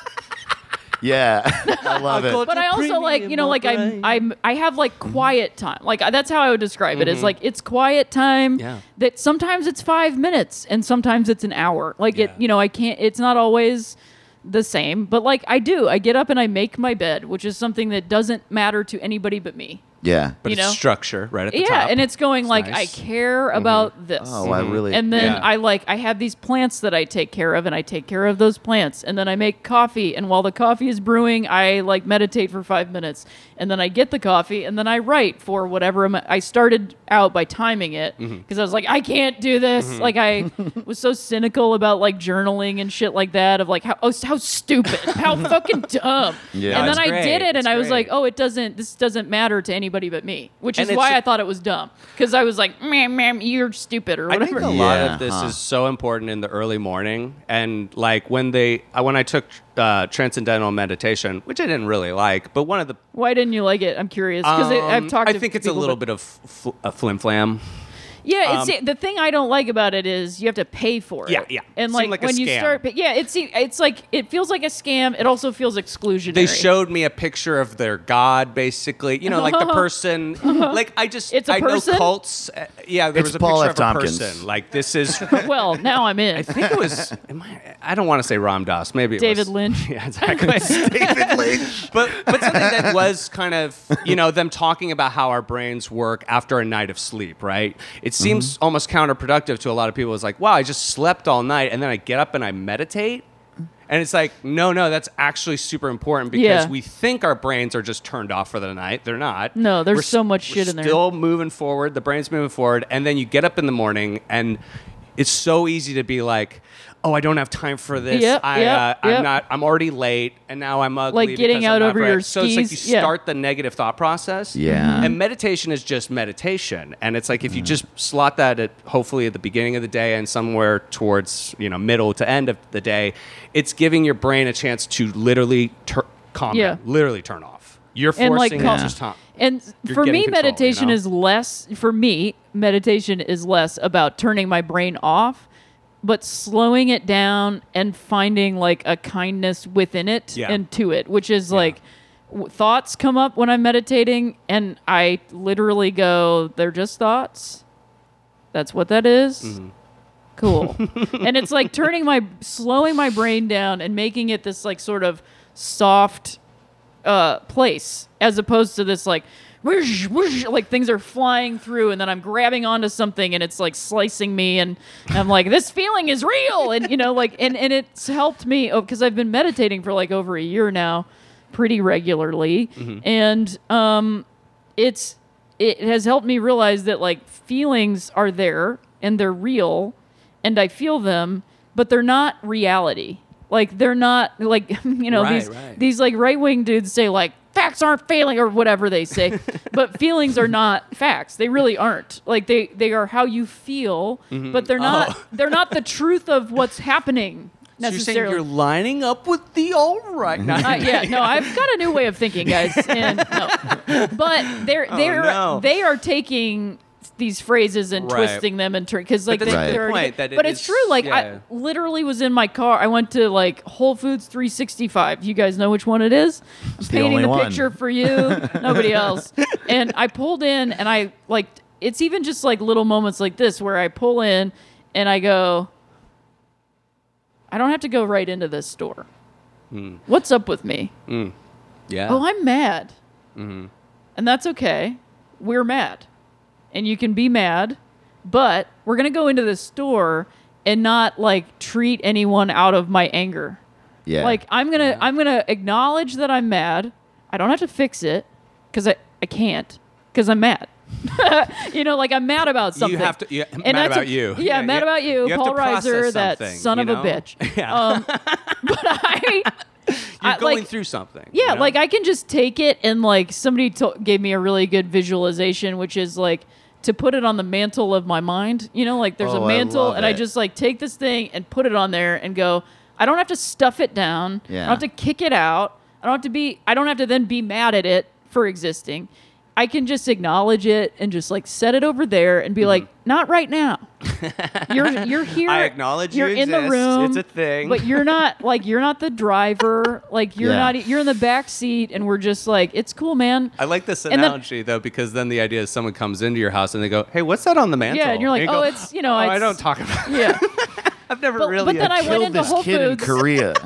S2: yeah, <laughs> I love it.
S1: but I also like you know like I'm I'm I have like quiet time. Like I- that's how I would describe it. It's like it's quiet time
S4: Mm-hmm. Yeah.
S1: that sometimes it's 5 minutes and sometimes it's an hour. Like it
S4: Yeah.
S1: you know I can't it's not always the same, but like I do. I get up and I make my bed, which is something that doesn't matter to anybody but me.
S2: Yeah.
S4: but
S1: you
S4: it's
S1: know?
S4: structure right at the
S1: yeah,
S4: top
S1: and it's going like
S4: nice. Mm-hmm.
S1: I care about this.
S2: Oh, I really.
S1: Mm-hmm. And then
S4: Yeah.
S1: I like I have these plants that I take care of and I take care of those plants and then I make coffee and while the coffee is brewing I like meditate for 5 minutes and then I get the coffee and then I write for whatever am- I started out by timing it
S4: Mm-hmm.
S1: because I was like I can't do this like
S4: <laughs>
S1: I was so cynical about like journaling and shit like that of like how oh, how stupid <laughs> how fucking dumb
S2: Yeah.
S1: and
S2: No,
S1: then I
S4: it's
S1: did
S4: great.
S1: it and
S4: It's
S1: I was like
S4: great.
S1: oh it doesn't this doesn't matter to anybody but me which
S4: And
S1: is
S4: it's
S1: why
S4: a-
S1: I thought it was dumb because I was like meh, meh, you're stupid or
S4: I
S1: whatever
S4: think a lot
S2: Yeah,
S4: of this
S2: huh.
S4: is so important in the early morning, and like when they, I- when I took uh, transcendental meditation, which I didn't really like, but one of the,
S1: Why didn't you like it? I'm curious because I've
S4: um,
S1: talked.
S4: I
S1: to
S4: think it's a
S1: people
S4: little
S1: that-
S4: bit of fl- a flim flam.
S1: Yeah, it's the thing I don't like about it is you have to pay for it.
S4: Yeah, yeah.
S1: And
S4: Seemed
S1: like,
S4: like a
S1: when you
S4: scam.
S1: start, but yeah, it's it's like it feels like a scam. It also feels exclusionary.
S4: They showed me a picture of their god, basically. You know, like
S1: <laughs>
S4: the person. like I just,
S1: Uh-huh. It's a
S4: I
S1: person?
S4: know cults. uh, yeah, there
S2: It's
S4: was a
S2: Paul
S4: picture
S2: F.
S4: of a
S2: Tompkins.
S4: person. Like this is. <laughs>
S1: Well, now I'm in.
S4: I think it was. Am I, I don't want to say Ram Dass. Maybe it
S1: David
S4: was- <laughs>
S1: Lynch. <laughs>
S4: Yeah, exactly. <laughs> but but something that was kind of you know them talking about how our brains work after a night of sleep, right? It seems almost counterproductive to a lot of people. It's like, wow, I just slept all night and then I get up and I meditate. And it's like, no, no, that's actually super important because
S1: Yeah.
S4: we think our brains are just turned off for the night. They're not.
S1: No, there's so much
S4: we're
S1: shit in there.
S4: Still moving forward. The brain's moving forward, and then you get up in the morning, and it's so easy to be like, "Oh, I don't have time for this.
S1: Yep,
S4: I,
S1: yep,
S4: uh,
S1: yep.
S4: I'm not. I'm already late, and now I'm ugly."
S1: Like getting
S4: because
S1: out
S4: I'm not
S1: over your
S4: right. So it's like you
S1: skis, yeah.
S4: start the negative thought process.
S2: Yeah.
S4: And meditation is just meditation, and it's like if you just slot that at hopefully at the beginning of the day and somewhere towards you know middle to end of the day, it's giving your brain a chance to literally tur- calm,
S1: Yeah.
S4: down, literally turn off. You're
S1: And,
S4: forcing
S1: like,
S4: it
S1: calm-
S4: to stop.
S1: And
S4: You're
S1: for me,
S4: getting control, you
S1: meditation
S4: know?
S1: is less. For me, meditation is less about turning my brain off, but slowing it down and finding like a kindness within it
S4: Yeah.
S1: and to it, which is like w- thoughts come up when I'm meditating, and I literally go, "They're just thoughts. That's what that is."
S4: Mm-hmm.
S1: cool
S4: <laughs>
S1: and it's like turning my slowing my brain down and making it this like sort of soft uh, place as opposed to this like whoosh, whoosh, like things are flying through and then I'm grabbing onto something and it's like slicing me and I'm like this feeling is real and you know like and and it's helped me because I've been meditating for like over a year now pretty regularly
S4: Mm-hmm.
S1: and um it's it has helped me realize that like feelings are there and they're real and I feel them, but they're not reality. Like they're not like <laughs> you know
S4: Right,
S1: these
S4: right.
S1: these like right wing dudes say like facts aren't feeling or whatever
S4: <laughs>
S1: they say, but feelings are not facts. They really aren't. Like they they are how you feel,
S4: Mm-hmm.
S1: but they're not they're not the truth of what's happening
S4: Oh. So you're
S1: necessarily.
S4: saying you're lining up with the all right now.
S1: Uh, yeah, no, I've got a new way of thinking, guys.
S4: <laughs>
S1: And no. But they're they're
S4: Oh, no.
S1: they are taking these phrases and
S4: Right.
S1: twisting them and because like
S4: that's
S1: they-
S2: a good
S1: they're already-
S4: point, that it
S1: but it's
S4: is-
S1: true. Like
S4: yeah.
S1: I literally was in my car. I went to like Whole Foods 365. You guys know which one it is. I'm painting
S6: only
S1: the
S6: one.
S1: picture for you, nobody else. And I pulled in and I like it's even just like little moments like this where I pull in and I go, I don't have to go right into this store. What's up with me?
S4: yeah. Mm-hmm.
S1: Oh, I'm mad. And that's okay. We're mad. And you can be mad, but we're going to go into the store and not like treat anyone out of my anger.
S2: Yeah.
S1: Like I'm going to I'm going to acknowledge that I'm mad. I don't have to fix it cuz I I can't cuz I'm mad. <laughs> you know, like I'm mad about something.
S4: You have to. Yeah,
S1: And
S4: mad
S1: that's
S4: about
S1: a-
S4: you.
S1: Yeah, mad about you,
S4: have
S1: Paul
S4: to process
S1: Reiser, that
S4: something,
S1: son
S4: you
S1: of
S4: know?
S1: a bitch.
S4: <laughs> Yeah.
S1: Um, <laughs> but I,
S4: You're
S1: I,
S4: going
S1: like,
S4: through something.
S1: yeah,
S4: you know?
S1: like I can just take it and like somebody to- gave me a really good visualization, which is like to put it on the mantle of my mind. You know, like there's
S2: Oh,
S1: a
S2: I
S1: mantle,
S2: love
S1: and I
S2: it.
S1: just like take this thing and put it on there and go. I don't have to stuff it down. I
S2: Yeah.
S1: don't have to kick it out. I don't have to be. I don't have to then be mad at it for existing. I can just acknowledge it and just like set it over there and be like, not
S4: <laughs>
S1: right now. You're you're
S4: Mm-hmm.
S1: here.
S4: I acknowledge you
S1: you're in the
S4: exist.
S1: room.
S4: It's a thing.
S1: But you're not like you're not the driver. Like you're
S2: Yeah.
S1: not e, you're in the back seat, and we're just like, it's cool, man.
S4: I like this
S1: And then-
S4: analogy though, because then the idea is someone comes into your house and they go, "Hey, what's that on the mantle?"
S1: Yeah, and you're like,
S4: go,
S1: "Oh,
S4: <laughs>
S1: it's, you know,
S4: "Oh, I
S1: it's-
S4: don't talk about. <laughs>
S1: yeah,
S4: I've never
S1: but,
S4: really.
S1: but then I went
S2: Killed
S1: into
S2: this
S1: Whole
S2: kid
S1: Foods.
S2: in
S1: <laughs>
S2: Korea.
S4: <laughs>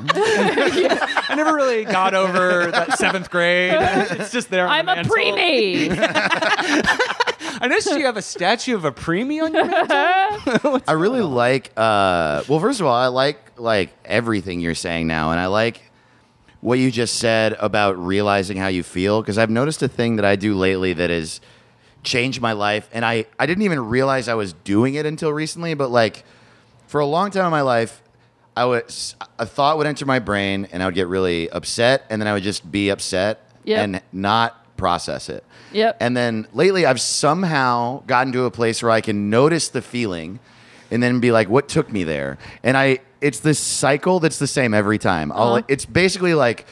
S4: I never really got over that seventh
S1: <laughs>
S4: grade. It's just there. On
S1: I'm
S4: the
S1: a
S4: mantle. <laughs>
S1: preemie.
S4: I noticed you have a statue of a preemie on your <laughs> mantle.
S2: I really like. Uh, well, first of all, I like like everything you're saying now, and I like what you just said about realizing how you feel because I've noticed a thing that I do lately that has changed my life, and I I didn't even realize I was doing it until recently. But like for a long time in my life, I was a thought would enter my brain, and I would get really upset, and then I would just be upset
S1: Yep.
S2: and not process it.
S1: Yep.
S2: And <laughs> then lately, I've somehow gotten to a place where I can notice the feeling, and then be like, "What took me there?" And I, it's this cycle that's the same every time. I'll,
S1: Uh-huh.
S2: It's basically like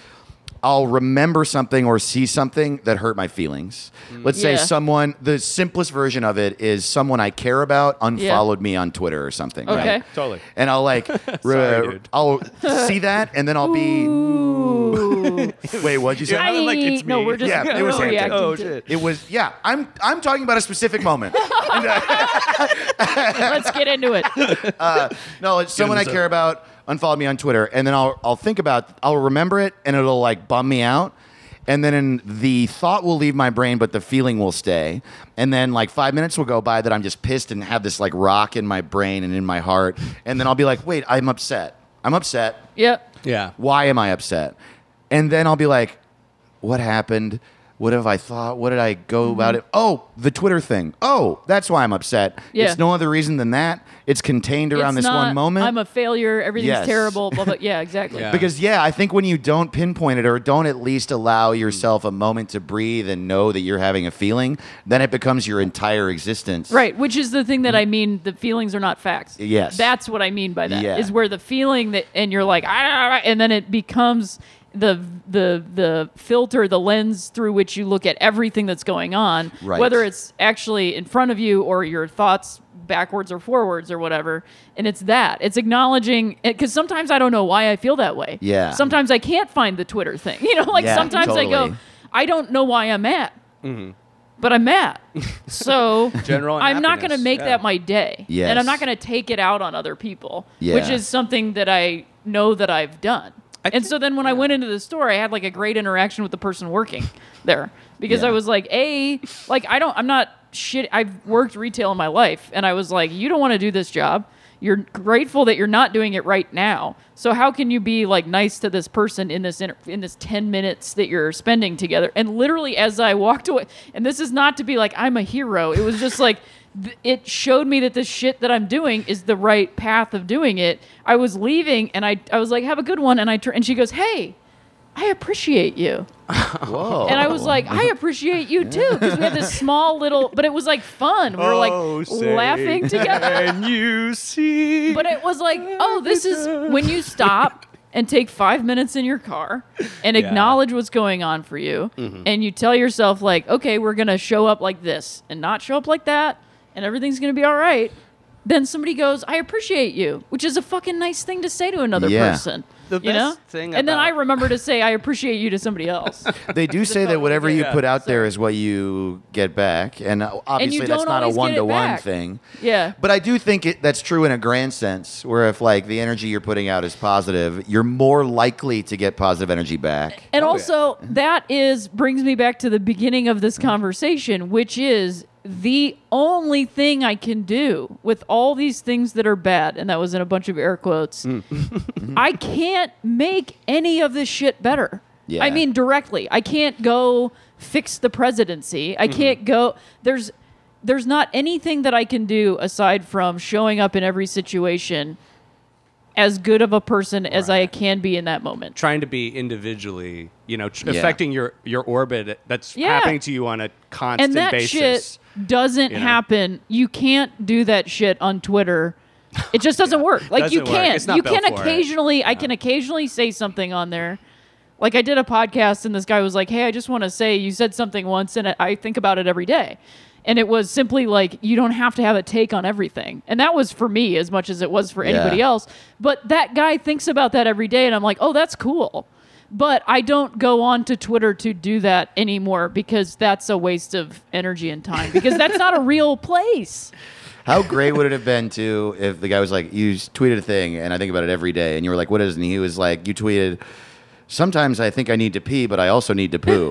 S2: I'll remember something or see something that hurt my feelings. Let's say
S1: Mm. Yeah.
S2: someone. The simplest version of it is someone I care about unfollowed me on Twitter or something.
S1: Okay.
S2: Right?
S5: Totally.
S2: And I'll like,
S4: <laughs> Sorry,
S2: re-
S4: dude.
S2: I'll see that, and then I'll be,
S1: Ooh.
S2: <laughs> wait, what'd you say?
S1: I,
S5: like it's
S1: no,
S5: me.
S1: we're just
S2: Yeah, it
S1: <laughs>
S2: was him.
S1: reacting.
S5: Oh,
S1: to-
S5: shit.
S2: It was yeah. I'm I'm talking about a specific moment.
S1: Let's get into it.
S2: No, it's someone I care about unfollowed me on Twitter, and then I'll I'll think about I'll remember it, and it'll like bum me out, and then in, the thought will leave my brain, but the feeling will stay, and then like five minutes will go by that I'm just pissed and have this like rock in my brain and in my heart, and then I'll be like, wait, I'm upset. I'm upset.
S1: Yep.
S4: Yeah.
S2: Why am I upset? And then I'll be like, what happened? What have I thought? What did I go about
S1: Mm-hmm.
S2: it? Oh, the Twitter thing. Oh, that's why I'm upset.
S1: Yeah.
S2: It's no other reason than that. It's contained around
S1: It's
S2: this
S1: not,
S2: one moment.
S1: I'm a failure. Everything's
S2: Yes.
S1: terrible. Blah blah. Yeah, exactly.
S4: Yeah.
S2: Because yeah, I think when you don't pinpoint it or don't at least
S4: Hmm.
S2: allow yourself a moment to breathe and know that you're having a feeling, then it becomes your entire existence.
S1: Right, which is the thing that I mean. The feelings are not facts.
S2: Mm-hmm. Yes.
S1: that's what I mean by that. Is
S2: Yeah.
S1: where the feeling that, and you're like, ah, and then it becomes the the the filter, the lens through which you look at everything that's going on,
S2: Right.
S1: whether it's actually in front of you or your thoughts backwards or forwards or whatever. And it's that. It's acknowledging because sometimes I don't know why I feel that way.
S2: Yeah.
S1: Sometimes I can't find the Twitter thing. <laughs> You know, like
S2: Yeah,
S1: sometimes I
S2: totally.
S1: go, I don't know why I'm mad but I'm mad. So
S4: <laughs> General
S1: I'm not going to
S4: unhappiness,
S1: make
S4: yeah.
S1: that my day.
S2: Yes.
S1: And I'm not going to take it out on other people,
S2: Yeah.
S1: which is something that I know that I've done.
S4: I
S1: and so then when I went into the store, I had like a great interaction with the person working there because I
S2: Yeah.
S1: was like, a like I don't, I'm not shit. I've worked retail in my life, and I was like, you don't want to do this job. You're grateful that you're not doing it right now. So how can you be like nice to this person in this inter- in this ten minutes that you're spending together? And literally, as I walked away, and this is not to be like I'm a hero. It was just like <laughs> th- it showed me that the shit that I'm doing is the right path of doing it. I was leaving and I, I was like, have a good one. And I tur- and she goes, hey, I appreciate you.
S2: Whoa.
S1: And I was like, I appreciate you too. Because we had this small little, but it was like fun. We were like laughing together.
S4: And you see.
S1: But it was like, oh, this is when you stop and take five minutes in your car and acknowledge what's going on for you. And you tell yourself, like, okay, we're going to show up like this and not show up like that. And everything's going to be all right. Then somebody goes, I appreciate you, which is a fucking nice thing to say to another
S2: Yeah.
S1: person.
S4: The
S1: you know?
S4: best thing
S1: and then
S4: about-
S1: I remember to say, I appreciate you to
S4: <laughs>
S1: somebody else.
S2: they do say that whatever you
S4: Yeah.
S2: put out there is what you get back, and uh, obviously that's
S1: don't
S2: not a
S1: always
S2: one
S1: get it
S2: to one
S1: back.
S2: thing.
S1: yeah.
S2: But I do think it, that's true in a grand sense, where if like the energy you're putting out is positive, you're more likely to get positive energy back.
S1: And also, that is brings me back to the beginning of this conversation, which is the only thing I can do with all these things that are bad, and that was in a bunch of air quotes. I can't make any of this shit better.
S2: Yeah.
S1: I mean, directly. I can't go fix the presidency. I can't go. There's there's not anything that I can do aside from showing up in every situation as good of a person as I can be in that moment.
S4: Trying to be individually, you know, tr-
S2: Yeah.
S4: affecting your your orbit that's
S1: Yeah.
S4: happening to you on a constant
S1: and that
S4: basis.
S1: shit doesn't
S4: you know?
S1: happen. You can't do that shit on Twitter.
S4: <laughs>
S1: It just doesn't work. Like you
S4: Doesn't work.
S1: can't.
S4: It's not
S1: You
S4: built
S1: can
S4: for it.
S1: occasionally. I can occasionally say something on there. Like I did a podcast and this guy was like, "Hey, I just want to say you said something once and I- I think about it every day." And it was simply like you don't have to have a take on everything. And that was for me as much as it was for anybody
S2: Yeah.
S1: else. But that guy thinks about that every day and I'm like, "Oh, that's cool." But I don't go on to Twitter to do that anymore because that's a waste of energy
S2: <laughs>
S1: and time because that's not a real place.
S2: How great would it have been too if the guy was like, "You tweeted a thing, and I think about it every day," and you were like, "What is?" it?" And he was like, "You tweeted." Sometimes I think I need to pee, but I also need to
S1: <laughs>
S2: poo.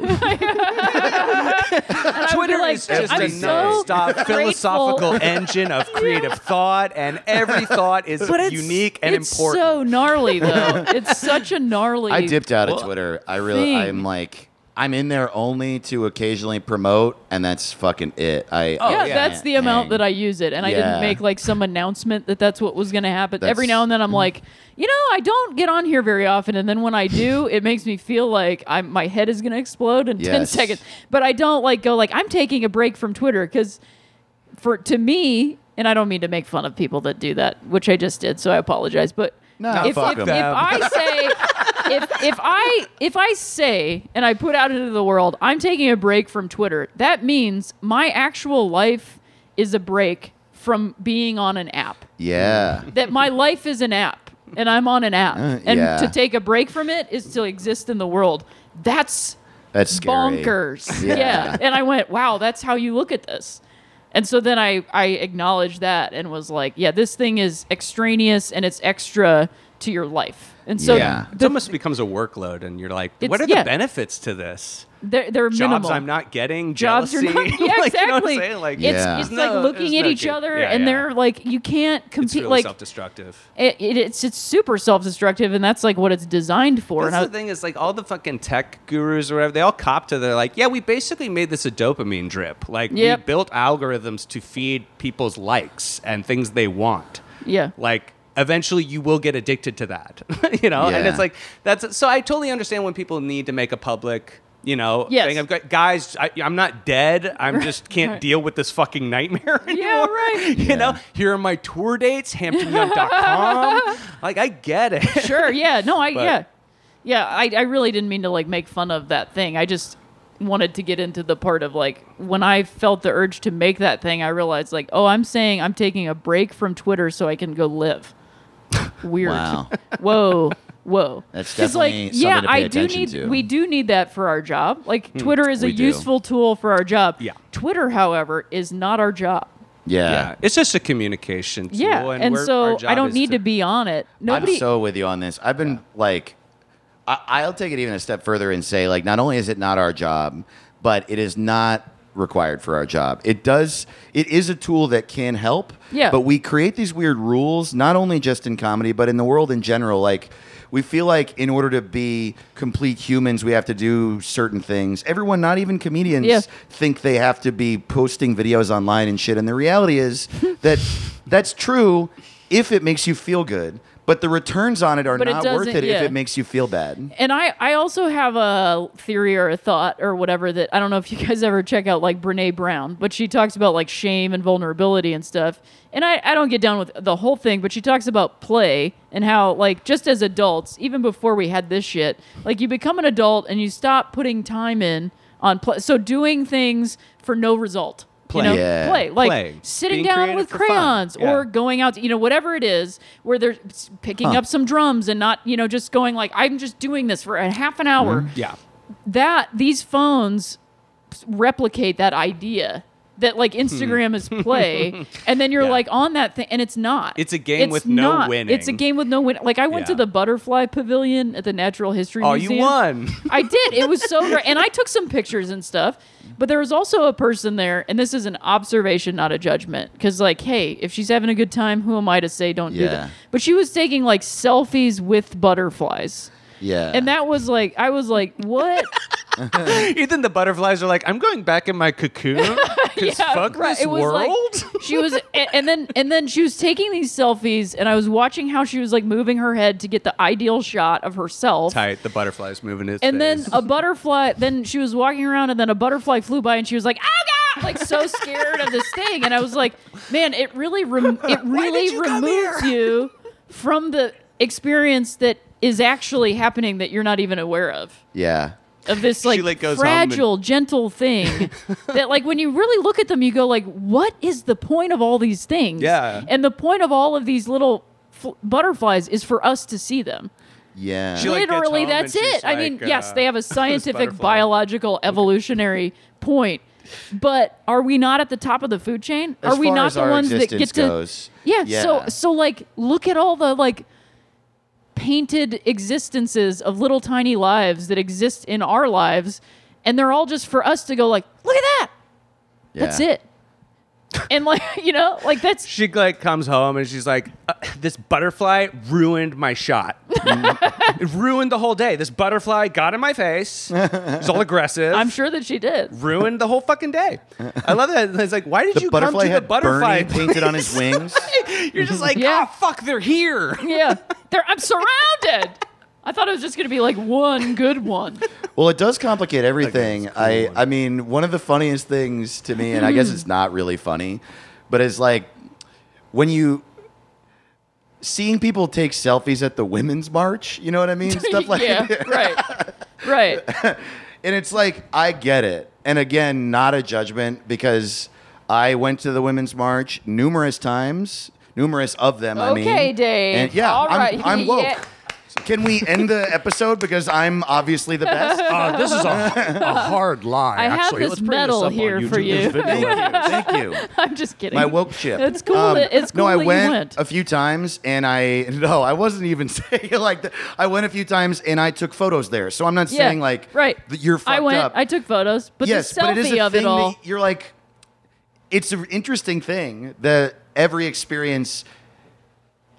S4: Twitter
S1: like,
S4: is just
S1: I'm
S4: a
S1: so
S4: nonstop
S1: grateful.
S4: philosophical
S1: <laughs>
S4: engine of creative thought, and every thought is unique and
S1: it's
S4: important.
S1: so
S4: <laughs>
S1: gnarly though. it's such a gnarly.
S2: I dipped out of Twitter. I really,
S1: thing.
S2: I'm like, I'm in there only to occasionally promote, and that's fucking it. I
S1: Oh, yeah, that's the amount that I use it, and
S2: Oh,
S1: I
S2: Yeah.
S1: didn't make like some announcement that that's what was going to happen. Every
S2: That's- mm-hmm.
S1: now and then, I'm like, you know, I don't get on here very often, and then when
S2: <laughs>
S1: I do, it makes me feel like I'm my head is going to explode in ten
S2: Yes.
S1: seconds. But I don't like go like I'm taking a break from Twitter because for to me, and I don't mean to make fun of people that do that, which I just did, so I apologize. But
S2: No,
S1: if,
S2: fuck
S1: if,
S2: 'em.
S1: if I say if if I if I say and I put out into the world, I'm taking a break from Twitter. That means my actual life is a break from being on an app.
S2: Yeah.
S1: That my life is an app, and I'm on an app, and
S2: Uh, yeah.
S1: to take a break from it is to exist in the world. That's
S2: That's scary.
S1: bonkers.
S2: Yeah.
S1: Yeah. And I went, wow, that's how you look at this. And so then I, I acknowledged that and was like, yeah, this thing is extraneous and it's extra to your life. And so
S2: Yeah.
S4: it almost becomes a workload, and you're like,
S1: It's-
S4: what are
S1: yeah.
S4: the benefits to this?
S1: they're, they're
S4: Jobs
S1: minimal.
S4: I'm not getting,
S1: Jobs are
S4: jealousy.
S1: not. <laughs> Yeah,
S4: <laughs> like, You know what
S1: exactly.
S4: I'm saying? Like,
S1: it's
S2: Yeah.
S1: it's
S4: There's
S1: like
S4: no-
S1: looking
S4: there's
S1: at
S4: no
S1: each
S4: good-
S1: other
S4: yeah,
S1: and
S4: yeah.
S1: they're like, you can't compete.
S4: it's really
S1: like,
S4: self-destructive.
S1: it, it, it's, it's super self destructive and that's like what it's designed for.
S4: That's
S1: and I-
S4: the thing is like all the fucking tech gurus or whatever, they all cop to they're like, yeah, we basically made this a dopamine drip. Like we
S1: Yep.
S4: built algorithms to feed people's likes and things they want.
S1: yeah.
S4: Like eventually you will get addicted to that. <laughs> you know? And
S2: Yeah.
S4: it's like that's so I totally understand when people need to make a public you know,
S1: Yes.
S4: thing. I've got, guys, I, I'm not dead. I'm just can't deal with this fucking nightmare <laughs> anymore.
S1: Yeah, right.
S4: You know, here are my tour dates,
S1: <laughs>
S4: HamptonYoung.com. like, I get it.
S1: sure yeah no
S2: <laughs>
S1: i
S4: But-
S1: yeah yeah I, I really didn't mean to like make fun of that thing i just wanted to get into the part of like when i felt the urge to make that thing i realized like oh i'm saying i'm taking a break from twitter so i can go
S2: <laughs>
S1: live weird
S2: Wow.
S1: <laughs> whoa whow
S2: That's
S1: 'Cause,
S2: definitely
S1: like
S2: something
S1: yeah
S2: to pay
S1: i do
S2: attention
S1: need
S2: to.
S1: we do need that for our job like twitter is a
S2: We do.
S1: useful tool for our job
S4: Yeah.
S1: twitter however is not our job
S2: Yeah.
S4: Yeah, Uh, it's just a communication tool.
S1: yeah
S4: and,
S1: and
S4: we're- our
S1: so
S4: job
S1: i don't
S4: is
S1: need to,
S4: to
S1: be on it
S2: I'm
S1: nobody
S2: so with you on this. I've been like I, I'll take it even a step further and say, like, not only is it not our job, but it is not required for our job. It does. It is a tool that can help.
S1: Yeah.
S2: But we create these weird rules, not only just in comedy, but in the world in general. Like, we feel like in order to be complete humans, we have to do certain things. Everyone, not even comedians,
S1: Yeah.
S2: think they have to be posting videos online and shit. And the reality
S1: <laughs>
S2: is that that's true if it makes you feel good. But the returns on it are
S1: But it
S2: not worth it
S1: doesn't- yeah.
S2: if it makes you feel bad.
S1: And I, I also have a theory or a thought or whatever that I don't know if you guys ever check out like Brene Brown, but she talks about like shame and vulnerability and stuff. And I, I don't get down with the whole thing, but she talks about play and how like just as adults, even before we had this shit, like you become an adult and you stop putting time in on play. So doing things for no result.
S4: Play.
S1: You know,
S2: Yeah.
S1: play. Like
S4: Play.
S1: sitting
S4: Being
S1: down
S4: creative
S1: with
S4: for fun.
S1: crayons
S4: Yeah.
S1: or going out, to, you know, whatever it is, where they're s- picking up some drums and not, you know, just going like, I'm just doing this for a half an hour.
S4: Yeah.
S1: That these phones s- replicate that idea that like Instagram is
S4: <laughs>
S1: play, and then you're
S4: Hmm. Yeah.
S1: like on that thing, and it's not.
S4: It's a game
S1: It's
S4: with no
S1: not.
S4: winning.
S1: It's a game with no win. Like I went to
S4: Yeah.
S1: the Butterfly Pavilion at the Natural History
S4: Oh,
S1: Museum.
S4: you
S1: <laughs>
S4: won. <laughs>
S1: I did. It was so <laughs> great. And I took some pictures and stuff. But there was also a person there, and this is an observation, not a judgment. Because, like, hey, if she's having a good time, who am I to say don't do
S2: Yeah.
S1: that? But she was taking, like, selfies with butterflies.
S2: Yeah.
S1: And that was like, I was like,
S4: <laughs>
S1: what?
S4: Ethan, the butterflies are like, I'm going back in my cocoon.
S1: <laughs>
S4: Cause fuck
S1: right.
S4: this world. <laughs>
S1: Like, <laughs> she was, and, and then and then she was taking these selfies, and I was watching how she was like moving her head to get the ideal shot of herself.
S4: Tight. The butterflies moving its
S1: And then
S4: face.
S1: a butterfly. Then she was walking around, and then a butterfly flew by, and she was like, "Oh God!" Like so scared of this thing. And I was like, "Man, it really,
S4: <laughs>
S1: rem- it really
S4: you come
S1: removes you from the experience that is actually happening that you're not even aware of."
S2: yeah.
S1: Of this like,
S4: like, goes home and-
S1: fragile,
S4: <laughs>
S1: gentle thing that like when you really look at them, you go like, "What is the point of all these things?"
S4: Yeah.
S1: And the point of all of these little fl- butterflies is for us to see them
S2: Yeah.
S4: She, like, gets
S1: literally
S4: home and
S1: that's
S4: she's
S1: it i mean
S4: like,
S1: yes
S4: uh,
S1: they
S4: <laughs>
S1: have a
S4: this
S1: scientific
S4: butterfly.
S1: biological evolutionary point but are we not at the top of the food chain
S2: As
S1: are we
S2: far
S1: not
S2: as
S1: the
S2: our
S1: ones that
S2: existence
S1: get to
S2: goes,
S1: yeah,
S2: yeah.
S1: so so like look at all the like painted existences of little tiny lives that exist in our lives and they're all just for us to go like look at that
S2: Yeah.
S1: that's it and like <laughs> you know like
S4: <laughs>
S1: that's
S4: she like comes home and she's like, uh, "This butterfly ruined my
S1: <laughs>
S4: shot. it ruined the whole day. This butterfly got in my face. It's all aggressive.
S1: i'm sure that she
S4: <laughs>
S1: did
S4: ruined the whole fucking day. I love that. It's like, why did
S2: The
S4: you come
S2: butterfly
S4: to the
S2: had
S4: butterfly?
S2: Bernie painted on his wings.
S1: <laughs>
S2: <laughs>
S4: You're just like,
S1: Yeah.
S4: ah, fuck, they're here.
S1: Yeah. They're, I'm surrounded. I thought it was just going to be like one good
S2: <laughs>
S1: one.
S2: Well, it does complicate everything. I, I mean, one of the funniest things to me, and I guess it's
S1: Hmm.
S2: not really funny, but it's like when you seeing people take selfies at the women's march. You know what I
S1: <laughs>
S2: mean? Stuff like
S1: yeah, right. Right.
S2: And it's like, I get it. And again, not a judgment because I went to the Women's March numerous times, numerous of them, <laughs> I mean.
S1: Okay, Dave.
S2: And yeah,
S1: All
S2: I'm,
S1: right.
S2: I'm woke.
S1: <laughs> Yeah.
S2: Can we end the episode because I'm obviously the
S1: <laughs>
S2: best?
S5: Uh, this is a, a hard lie.
S1: I have
S5: actually.
S1: this
S5: Let's bring
S1: medal
S5: up on
S1: here for
S5: YouTube. This
S1: you.
S5: video of you.
S2: Thank you.
S1: I'm just kidding.
S2: My woke chip.
S1: It's cool that- it's cool
S2: No, I
S1: that you
S2: went,
S1: went.
S2: a few times, and I <laughs> no, I wasn't even <laughs> saying it like that. I went a few times, and I took photos there. So I'm not
S1: Yeah,
S2: saying like
S1: right.
S2: that you're fucked
S1: I went,
S2: up.
S1: I took photos, but
S2: yes,
S1: the selfie
S2: but it is a
S1: of
S2: thing
S1: it all.
S2: that you're like, it's an interesting thing that every experience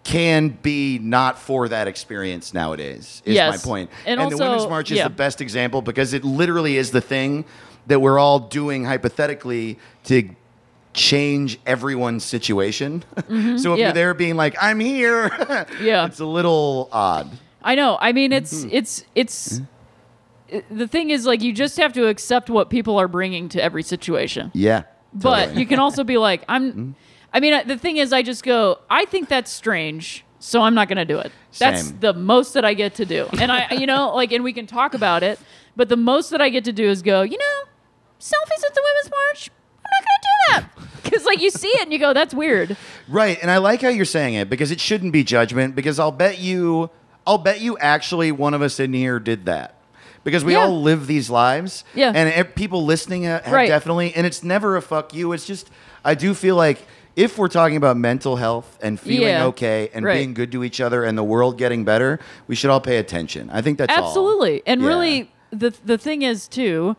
S2: can be not for that experience nowadays. Is
S1: Yes.
S2: my point.
S1: And
S2: the
S1: also-
S2: Women's March is
S1: yeah.
S2: the best example because it literally is the thing that we're all doing hypothetically to change everyone's situation. <laughs> so if
S1: Mm-hmm. yeah.
S2: you're there being like, I'm here, <laughs>
S1: Yeah.
S2: it's Mm-hmm. a little odd.
S1: I know. I mean, it's it's it's
S2: Mm-hmm.
S1: it- the thing is like you just have to accept what people are bringing to every situation.
S2: Yeah.
S1: But
S2: totally. Hmm?
S1: you can also be like,
S2: <laughs>
S1: I'm. I mean, uh, the thing is, I just go. I think that's strange, so I'm not going to do it. That's
S2: Same.
S1: the most that I get to do, and I, you know, like, and we can talk about it. But the most that I get to do is go. You know, selfies at the women's march. I'm not going to do that <laughs> because, like, you see it and you go, "That's weird."
S2: Right, and I like how you're saying it because it shouldn't be judgment. Because I'll bet you, I'll bet you, actually, one of us in here did that because we
S1: Yeah.
S2: all live these lives.
S1: Yeah.
S2: and e- people listening uh, have
S1: Right.
S2: definitely, and it's never a fuck you. It's just I do feel like if we're talking about mental health and feeling
S1: Yeah.
S2: okay and
S1: Right.
S2: being good to each other and the world getting better, we should all pay attention. I think that's all.
S1: Absolutely. And
S2: Yeah.
S1: really, the the thing is too.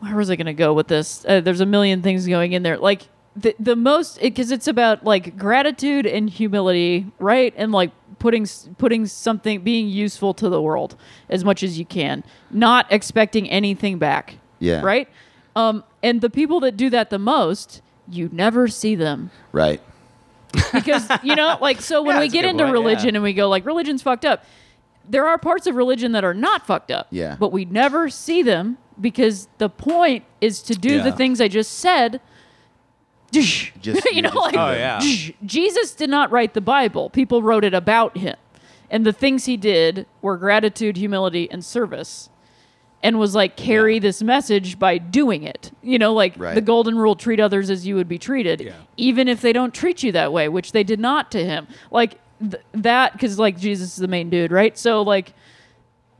S1: Where was I going to go with this? Uh, there's a million things going in there. Like the the most because it's about like gratitude and humility, right? And like putting s- putting something being useful to the world as much as you can, not expecting anything back.
S2: Yeah.
S1: Right. Um. And the people that do that the most, you never see them
S2: Right.
S1: because you know like so when
S4: Yeah,
S1: we
S4: that's a
S1: get
S4: good
S1: into
S4: point,
S1: religion
S4: yeah.
S1: and we go like religion's fucked up there are parts of religion that are not fucked up
S2: Yeah.
S1: but we never see them because the point is to do the
S2: Yeah.
S1: things i just said <laughs> just, you
S2: you're
S1: know
S2: just
S1: like
S2: doing
S4: Oh, yeah.
S1: jesus did not write the bible people wrote it about him and the things he did were gratitude humility and service and was like carry this message by doing it you know like
S2: Right.
S1: the golden rule treat others as you would be treated
S4: Yeah.
S1: even if they don't treat you that way which they did not to him like th- that because like jesus is the main dude right so like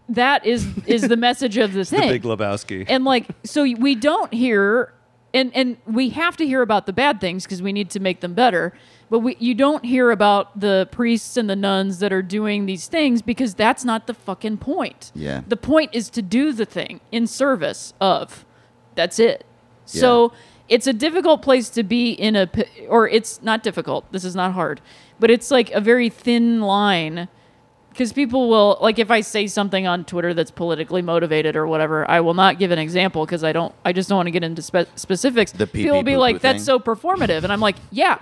S1: that is is the <laughs> message of the thing
S4: Lebowski.
S1: and like so we don't hear and and we have to hear about the bad things because we need to make them better but we you don't hear about the priests and the nuns that are doing these things because that's not the fucking point
S2: Yeah.
S1: the point is to do the thing in service of that's it so it's a difficult place to be in a p- or it's not difficult this is not hard but it's like a very thin line because people will like if I say something on Twitter that's politically motivated or whatever, I will not give an example because I don't. I just don't want to get into spe- specifics.
S2: The pee-pee
S1: people will be
S2: poo-poo
S1: like,
S2: thing.
S1: "That's so performative," and I'm like, "Yeah,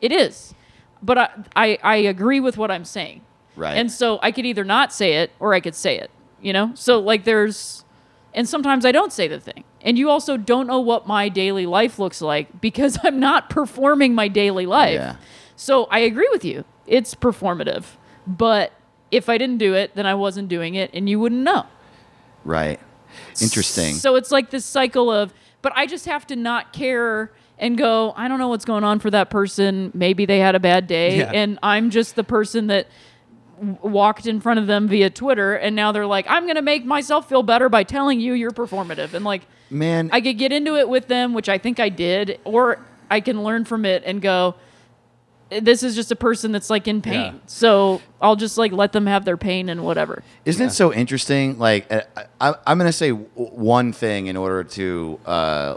S1: it is," but I, I I agree with what I'm saying,
S2: Right.
S1: And so I could either not say it or I could say it, you know. So like there's, and sometimes I don't say the thing, and you also don't know what my daily life looks like because <laughs> I'm not performing my daily life.
S2: Yeah.
S1: So I agree with you. It's performative. But if I didn't do it, then I wasn't doing it and you wouldn't know.
S2: Right. Interesting.
S1: So it's like this cycle of, but I just have to not care and go, I don't know what's going on for that person. Maybe they had a bad day
S4: Yeah.
S1: and I'm just the person that w- walked in front of them via Twitter and now they're like, I'm going to make myself feel better by telling you you're performative. And like,
S2: Man,
S1: I could get into it with them, which I think I did, or I can learn from it and go, "Eh, this is just a person that's like in pain.
S4: Yeah.
S1: So I'll just like let them have their pain and whatever.
S2: Isn't it so interesting? Like, uh, I, I, I'm going to say w- one thing in order to uh,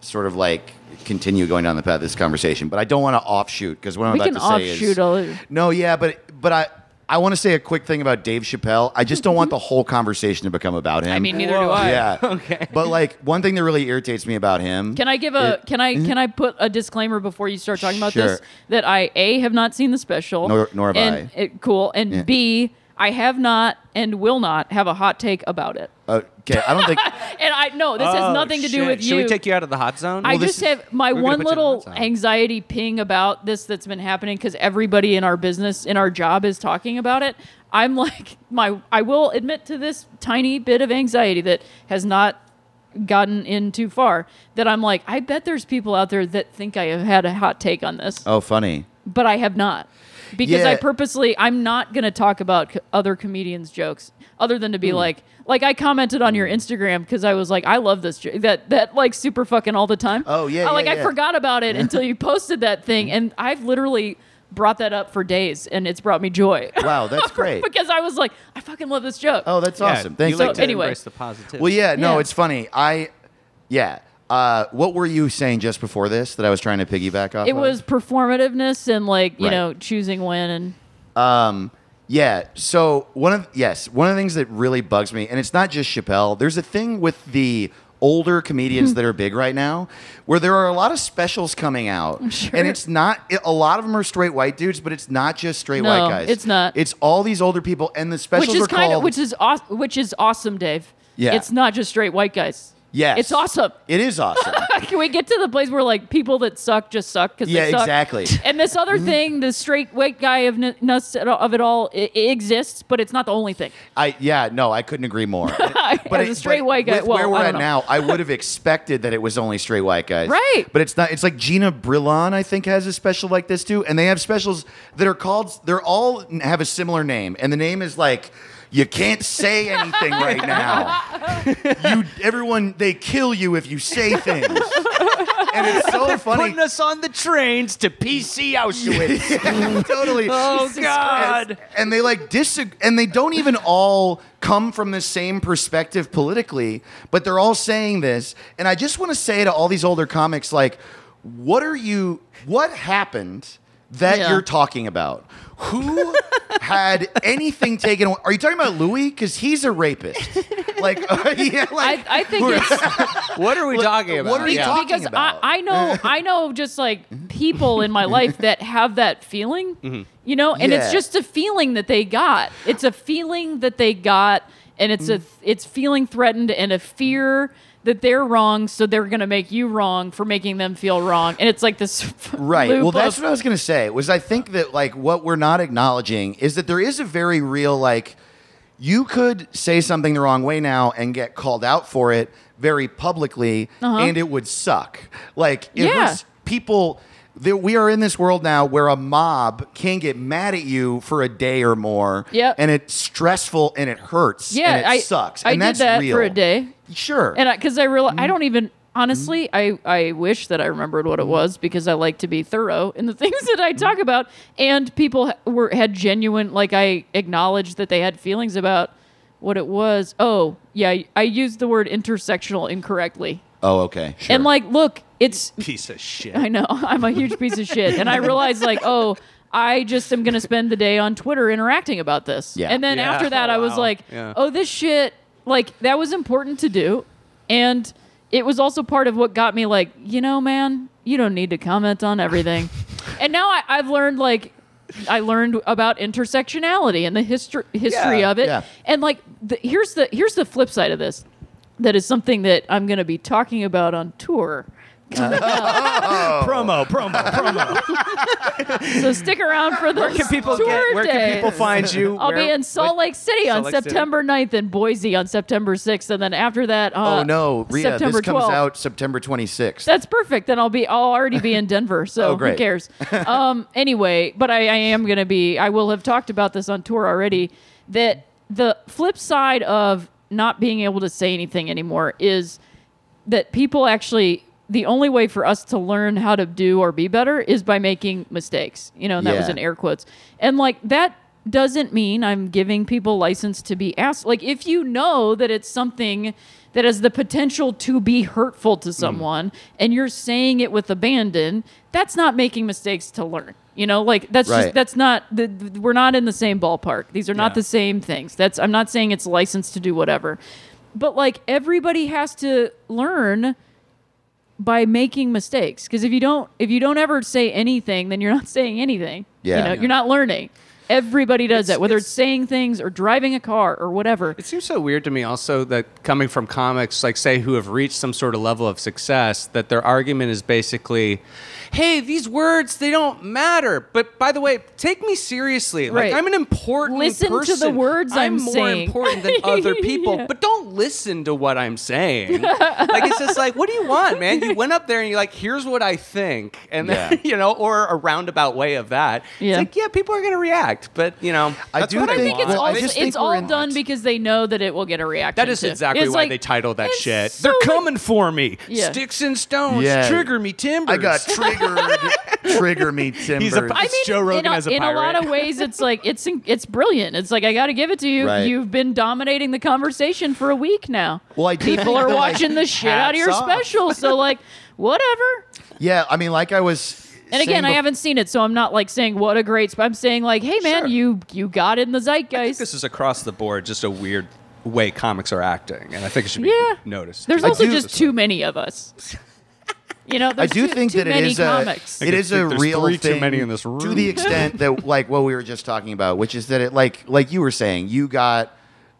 S2: sort of like continue going down the path of this conversation, but I don't want to offshoot because what I'm
S1: We
S2: about
S1: can
S2: to say
S1: offshoot
S2: is
S1: all-
S2: no, yeah, but but I I want to say a quick thing about Dave Chappelle. I just don't want the whole conversation to become about him.
S1: I mean, neither do
S4: Whoa.
S1: I. <laughs>
S2: yeah, okay. But like one thing that really irritates me about him.
S1: Can I give a
S2: It- Mm-hmm.
S1: can I can I put a disclaimer before you start talking about
S2: Sure.
S1: this that I a have not seen the special
S2: Nor- nor have
S1: and,
S2: I.
S1: it- cool and
S2: Yeah.
S1: b I have not and will not have a hot take about it.
S2: Oh, okay, I don't think.
S1: And I no, this has nothing to do with you.
S4: Oh, Should we take you out of the hot zone?
S1: I
S2: this
S1: just
S2: is-
S1: have my
S4: we're gonna
S1: one
S4: put you in the
S1: little
S4: hot zone.
S1: anxiety ping about this that's been happening because everybody in our business, in our job, is talking about it. I'm <laughs> like my I will admit to this tiny bit of anxiety that has not gotten in too far. That I'm like, I bet there's people out there that think I have had a hot take on this,
S2: Oh, funny.
S1: but I have not. Because I
S2: Yeah.
S1: purposely, I'm not going to talk about co- other comedians' jokes, other than to
S2: Hmm.
S1: be like, like I commented on your Instagram because I was like, I love this joke that that like super fucking all the time.
S2: Oh, yeah,
S1: I, like
S2: yeah,
S1: I
S2: yeah.
S1: forgot about it until you posted that thing, and I've literally brought that up for days, and it's brought
S2: <laughs>
S1: me joy.
S2: Wow, that's great.
S1: <laughs> because I was like, I fucking love this joke.
S2: Oh, that's
S4: Yeah,
S2: awesome. Thanks.
S4: You
S1: So
S4: like to
S1: anyway.
S4: embrace the positive.
S2: Well, yeah, no,
S1: Yeah.
S2: it's funny. I, yeah. Uh, what were you saying just before this that I was trying to piggyback off?
S1: it
S2: of?
S1: was performativeness and like you
S2: Right.
S1: know choosing when and
S2: Yeah. So one of yes, one of the things that really bugs me, and it's not just Chappelle. There's a thing with the older
S1: <laughs>
S2: comedians that are big right now, where there are a lot of specials coming out,
S1: sure.
S2: and it's not it, a lot of them are straight white dudes, but it's not just straight
S1: No,
S2: white guys.
S1: it's not.
S2: It's all these older people, and the specials
S1: which is
S2: are
S1: kind
S2: called
S1: of which is aw- which is awesome, Dave.
S2: Yeah.
S1: it's not just straight white guys.
S2: yes,
S1: it's awesome.
S2: It is
S1: <laughs>
S2: awesome.
S1: Can we get to the place where like people that suck just suck because
S2: yeah,
S1: they suck?
S2: exactly. Mm-hmm.
S1: And this other thing, the straight white guy of n- nuts at all- of it all, it, it exists, but it's not the only thing.
S2: I yeah, no, I couldn't agree
S1: <laughs>
S2: more.
S1: As a straight white guy-
S2: with
S1: well,
S2: where we're
S1: I
S2: at
S1: don't know.
S2: now, I would have expected that it was only straight white guys,
S1: Right.
S2: But it's not. It's like Gina Brillon, I think, has a special like this too, and they have specials that are called. They're all have a similar name, and the name is like. You can't say anything right
S1: <laughs>
S2: now. you, everyone, they kill you if you say things. and it's so funny.
S4: Putting us on the trains to PC
S2: <laughs>
S4: Auschwitz.
S1: <laughs>
S2: totally.
S4: oh
S1: Jesus
S4: God!
S2: and they like disagree, and they don't even all come from the same perspective politically, but they're all saying this. And I just want to say to all these older comics, like, what are you? What happened that
S1: Yeah.
S2: you're talking about? Who had anything taken? away? Are you talking about Louis? Because he's a rapist.
S1: <laughs>
S2: Like, <laughs> yeah, like
S1: I, I think it's
S4: What are we talking about?
S2: what are you
S4: Yeah.
S2: talking
S1: because
S2: about?
S1: I,
S2: <laughs>
S1: I know I know just like people in my life that have that feeling, you know, and
S2: Yeah.
S1: it's just a feeling that they got. It's a feeling that they got, and it's a it's feeling threatened and a fear that they're wrong, so they're gonna make you wrong for making them feel wrong, and it's like this <laughs>
S2: Right.
S1: Loop
S2: Well, that's
S1: of-
S2: what I was going to say. Was I think that like what we're not acknowledging is that there is a very real like you could say something the wrong way now and get called out for it very publicly and it would suck. Like it
S1: Uh-huh. Yeah.
S2: was people that we are in this world now where a mob can get mad at you for a day or more
S1: Yep.
S2: and it's stressful and it hurts
S1: yeah,
S2: and it
S1: I
S2: sucks
S1: I
S2: and
S1: did
S2: that's
S1: that
S2: real
S1: for a day.
S2: sure
S1: And because I, realized I don't even honestly, I I wish that I remembered what it was because I like to be thorough in the <laughs> things that I talk about. And people ha- were had genuine like I acknowledged that they had feelings about what it was. Oh yeah, I used the word intersectional incorrectly.
S2: oh okay sure.
S1: And like, look, it's
S4: Piece of shit.
S1: <laughs> I know. I'm a huge piece of shit. And I realized, like, oh, I just am going to spend the day on Twitter interacting about this.
S2: Yeah.
S1: And then
S4: Yeah.
S1: after that, I was
S4: Wow.
S1: like,
S4: Yeah.
S1: oh, this shit, like, that was important to do. And it was also part of what got me, like, you know, man, you don't need to comment on
S2: <laughs>
S1: everything. and now I, I've learned, like, I learned about intersectionality and the history history
S4: Yeah.
S1: of it.
S2: Yeah.
S1: And like, the, here's the here's the flip side of this. That is something that I'm going to be talking about on tour.
S6: promo,
S1: <laughs>
S6: promo, promo.
S1: So stick around for the
S4: Where can people
S1: tour
S4: get? Where
S1: days.
S4: can people find you?
S1: I'll be
S4: Where-
S1: in Salt Lake City
S4: Salt
S1: on
S4: Lake City.
S1: September 9th and Boise on September 6th, and then after that, uh,
S2: oh no Rita
S1: September
S2: this comes
S1: 12th.
S2: out September 26th
S1: That's perfect. Then I'll be I'll already
S4: <laughs>
S1: be in Denver, so
S2: Oh, great.
S1: who cares? Um, anyway, but I, I am gonna be. I will have talked about this on tour already. That the flip side of not being able to say anything anymore is that people actually the only way for us to learn how to do or be better is by making mistakes. You know, and that was
S2: Yeah.
S1: an air quotes. And like that doesn't mean I'm giving people license to be asked. Like if you know that it's something that has the potential to be hurtful to someone and you're saying it with abandon, that's not making mistakes to learn. You know, like that's
S2: Right.
S1: just that's not the, the- we're not in the same ballpark. These are not
S6: Yeah.
S1: the same things. That's I'm not saying it's licensed to do whatever. But like everybody has to learn by making mistakes because if you don't if you don't ever say anything then you're not saying anything
S2: Yeah.
S1: you know
S2: Yeah.
S1: you're not learning everybody does
S4: It's-
S1: that whether it's,
S4: it's-
S1: saying things or driving a car or whatever
S4: It seems so weird to me also that coming from comics, like say, who have reached some sort of level of success, that their argument is basically, hey, these words, they don't matter. But by the way, take me seriously. Like,
S1: Right.
S4: I'm an important
S1: Listen to the
S4: person.
S1: words I'm
S4: more
S1: saying.
S4: important
S1: <laughs>
S4: than other people,
S1: Yeah.
S4: but don't listen to what I'm saying. like, it's just like, what do you want, man? You went up there and you're like, here's what I think. And then,
S2: Yeah.
S4: <laughs> you know, or a roundabout way of that.
S1: Yeah.
S4: It's like, yeah, people are going to react. But, you know,
S2: I
S4: that's
S2: do
S4: what
S1: I
S2: think-
S1: think it's
S2: Well,
S1: all
S2: I
S1: it's
S2: just think we're
S1: all
S2: in-
S1: done because they know that it will get a reaction.
S4: That is
S1: to.
S4: exactly
S1: It's
S4: why
S1: like-
S4: they titled that
S1: it's
S4: shit.
S1: so
S4: They're
S1: like-
S4: coming for me.
S1: Yeah.
S4: Sticks and stones
S2: Yeah.
S4: trigger me timbers.
S2: I got
S1: <laughs>
S2: triggered. trigger me, Timber.
S1: I mean,
S4: It's Joe Rogan
S1: in a,
S4: as a
S1: in a lot
S4: pirate.
S1: of ways, it's like it's it's brilliant. It's like I got to give it to you.
S2: Right.
S1: You've been dominating the conversation for a week now.
S2: Well, I do
S1: people
S2: think
S1: are
S2: that, like,
S1: watching the shit out of your
S2: hats off.
S1: special,
S2: <laughs>
S1: so like whatever.
S2: yeah, I mean, like I was.
S1: And again, I
S2: saying
S1: haven't seen it, so I'm not like saying what a great. But I'm saying like, hey man,
S4: Sure.
S1: you you got in the zeitgeist.
S4: This is across the board just a weird way comics are acting, and I think it should be
S1: yeah,
S4: noticed.
S1: There's
S2: I
S1: also
S2: do-
S1: just too many
S2: <laughs>
S1: of us. You know,
S2: I
S1: there's
S2: do
S1: too,
S2: think
S1: too
S2: that it
S1: many
S2: is
S1: comics.
S2: a it
S4: I
S2: is
S4: think
S2: a
S4: there's
S2: real
S4: three too
S2: thing
S4: many in this
S2: to
S4: room.
S2: the extent
S4: <laughs>
S2: that like what we were just talking about, which is that it like like you were saying, you got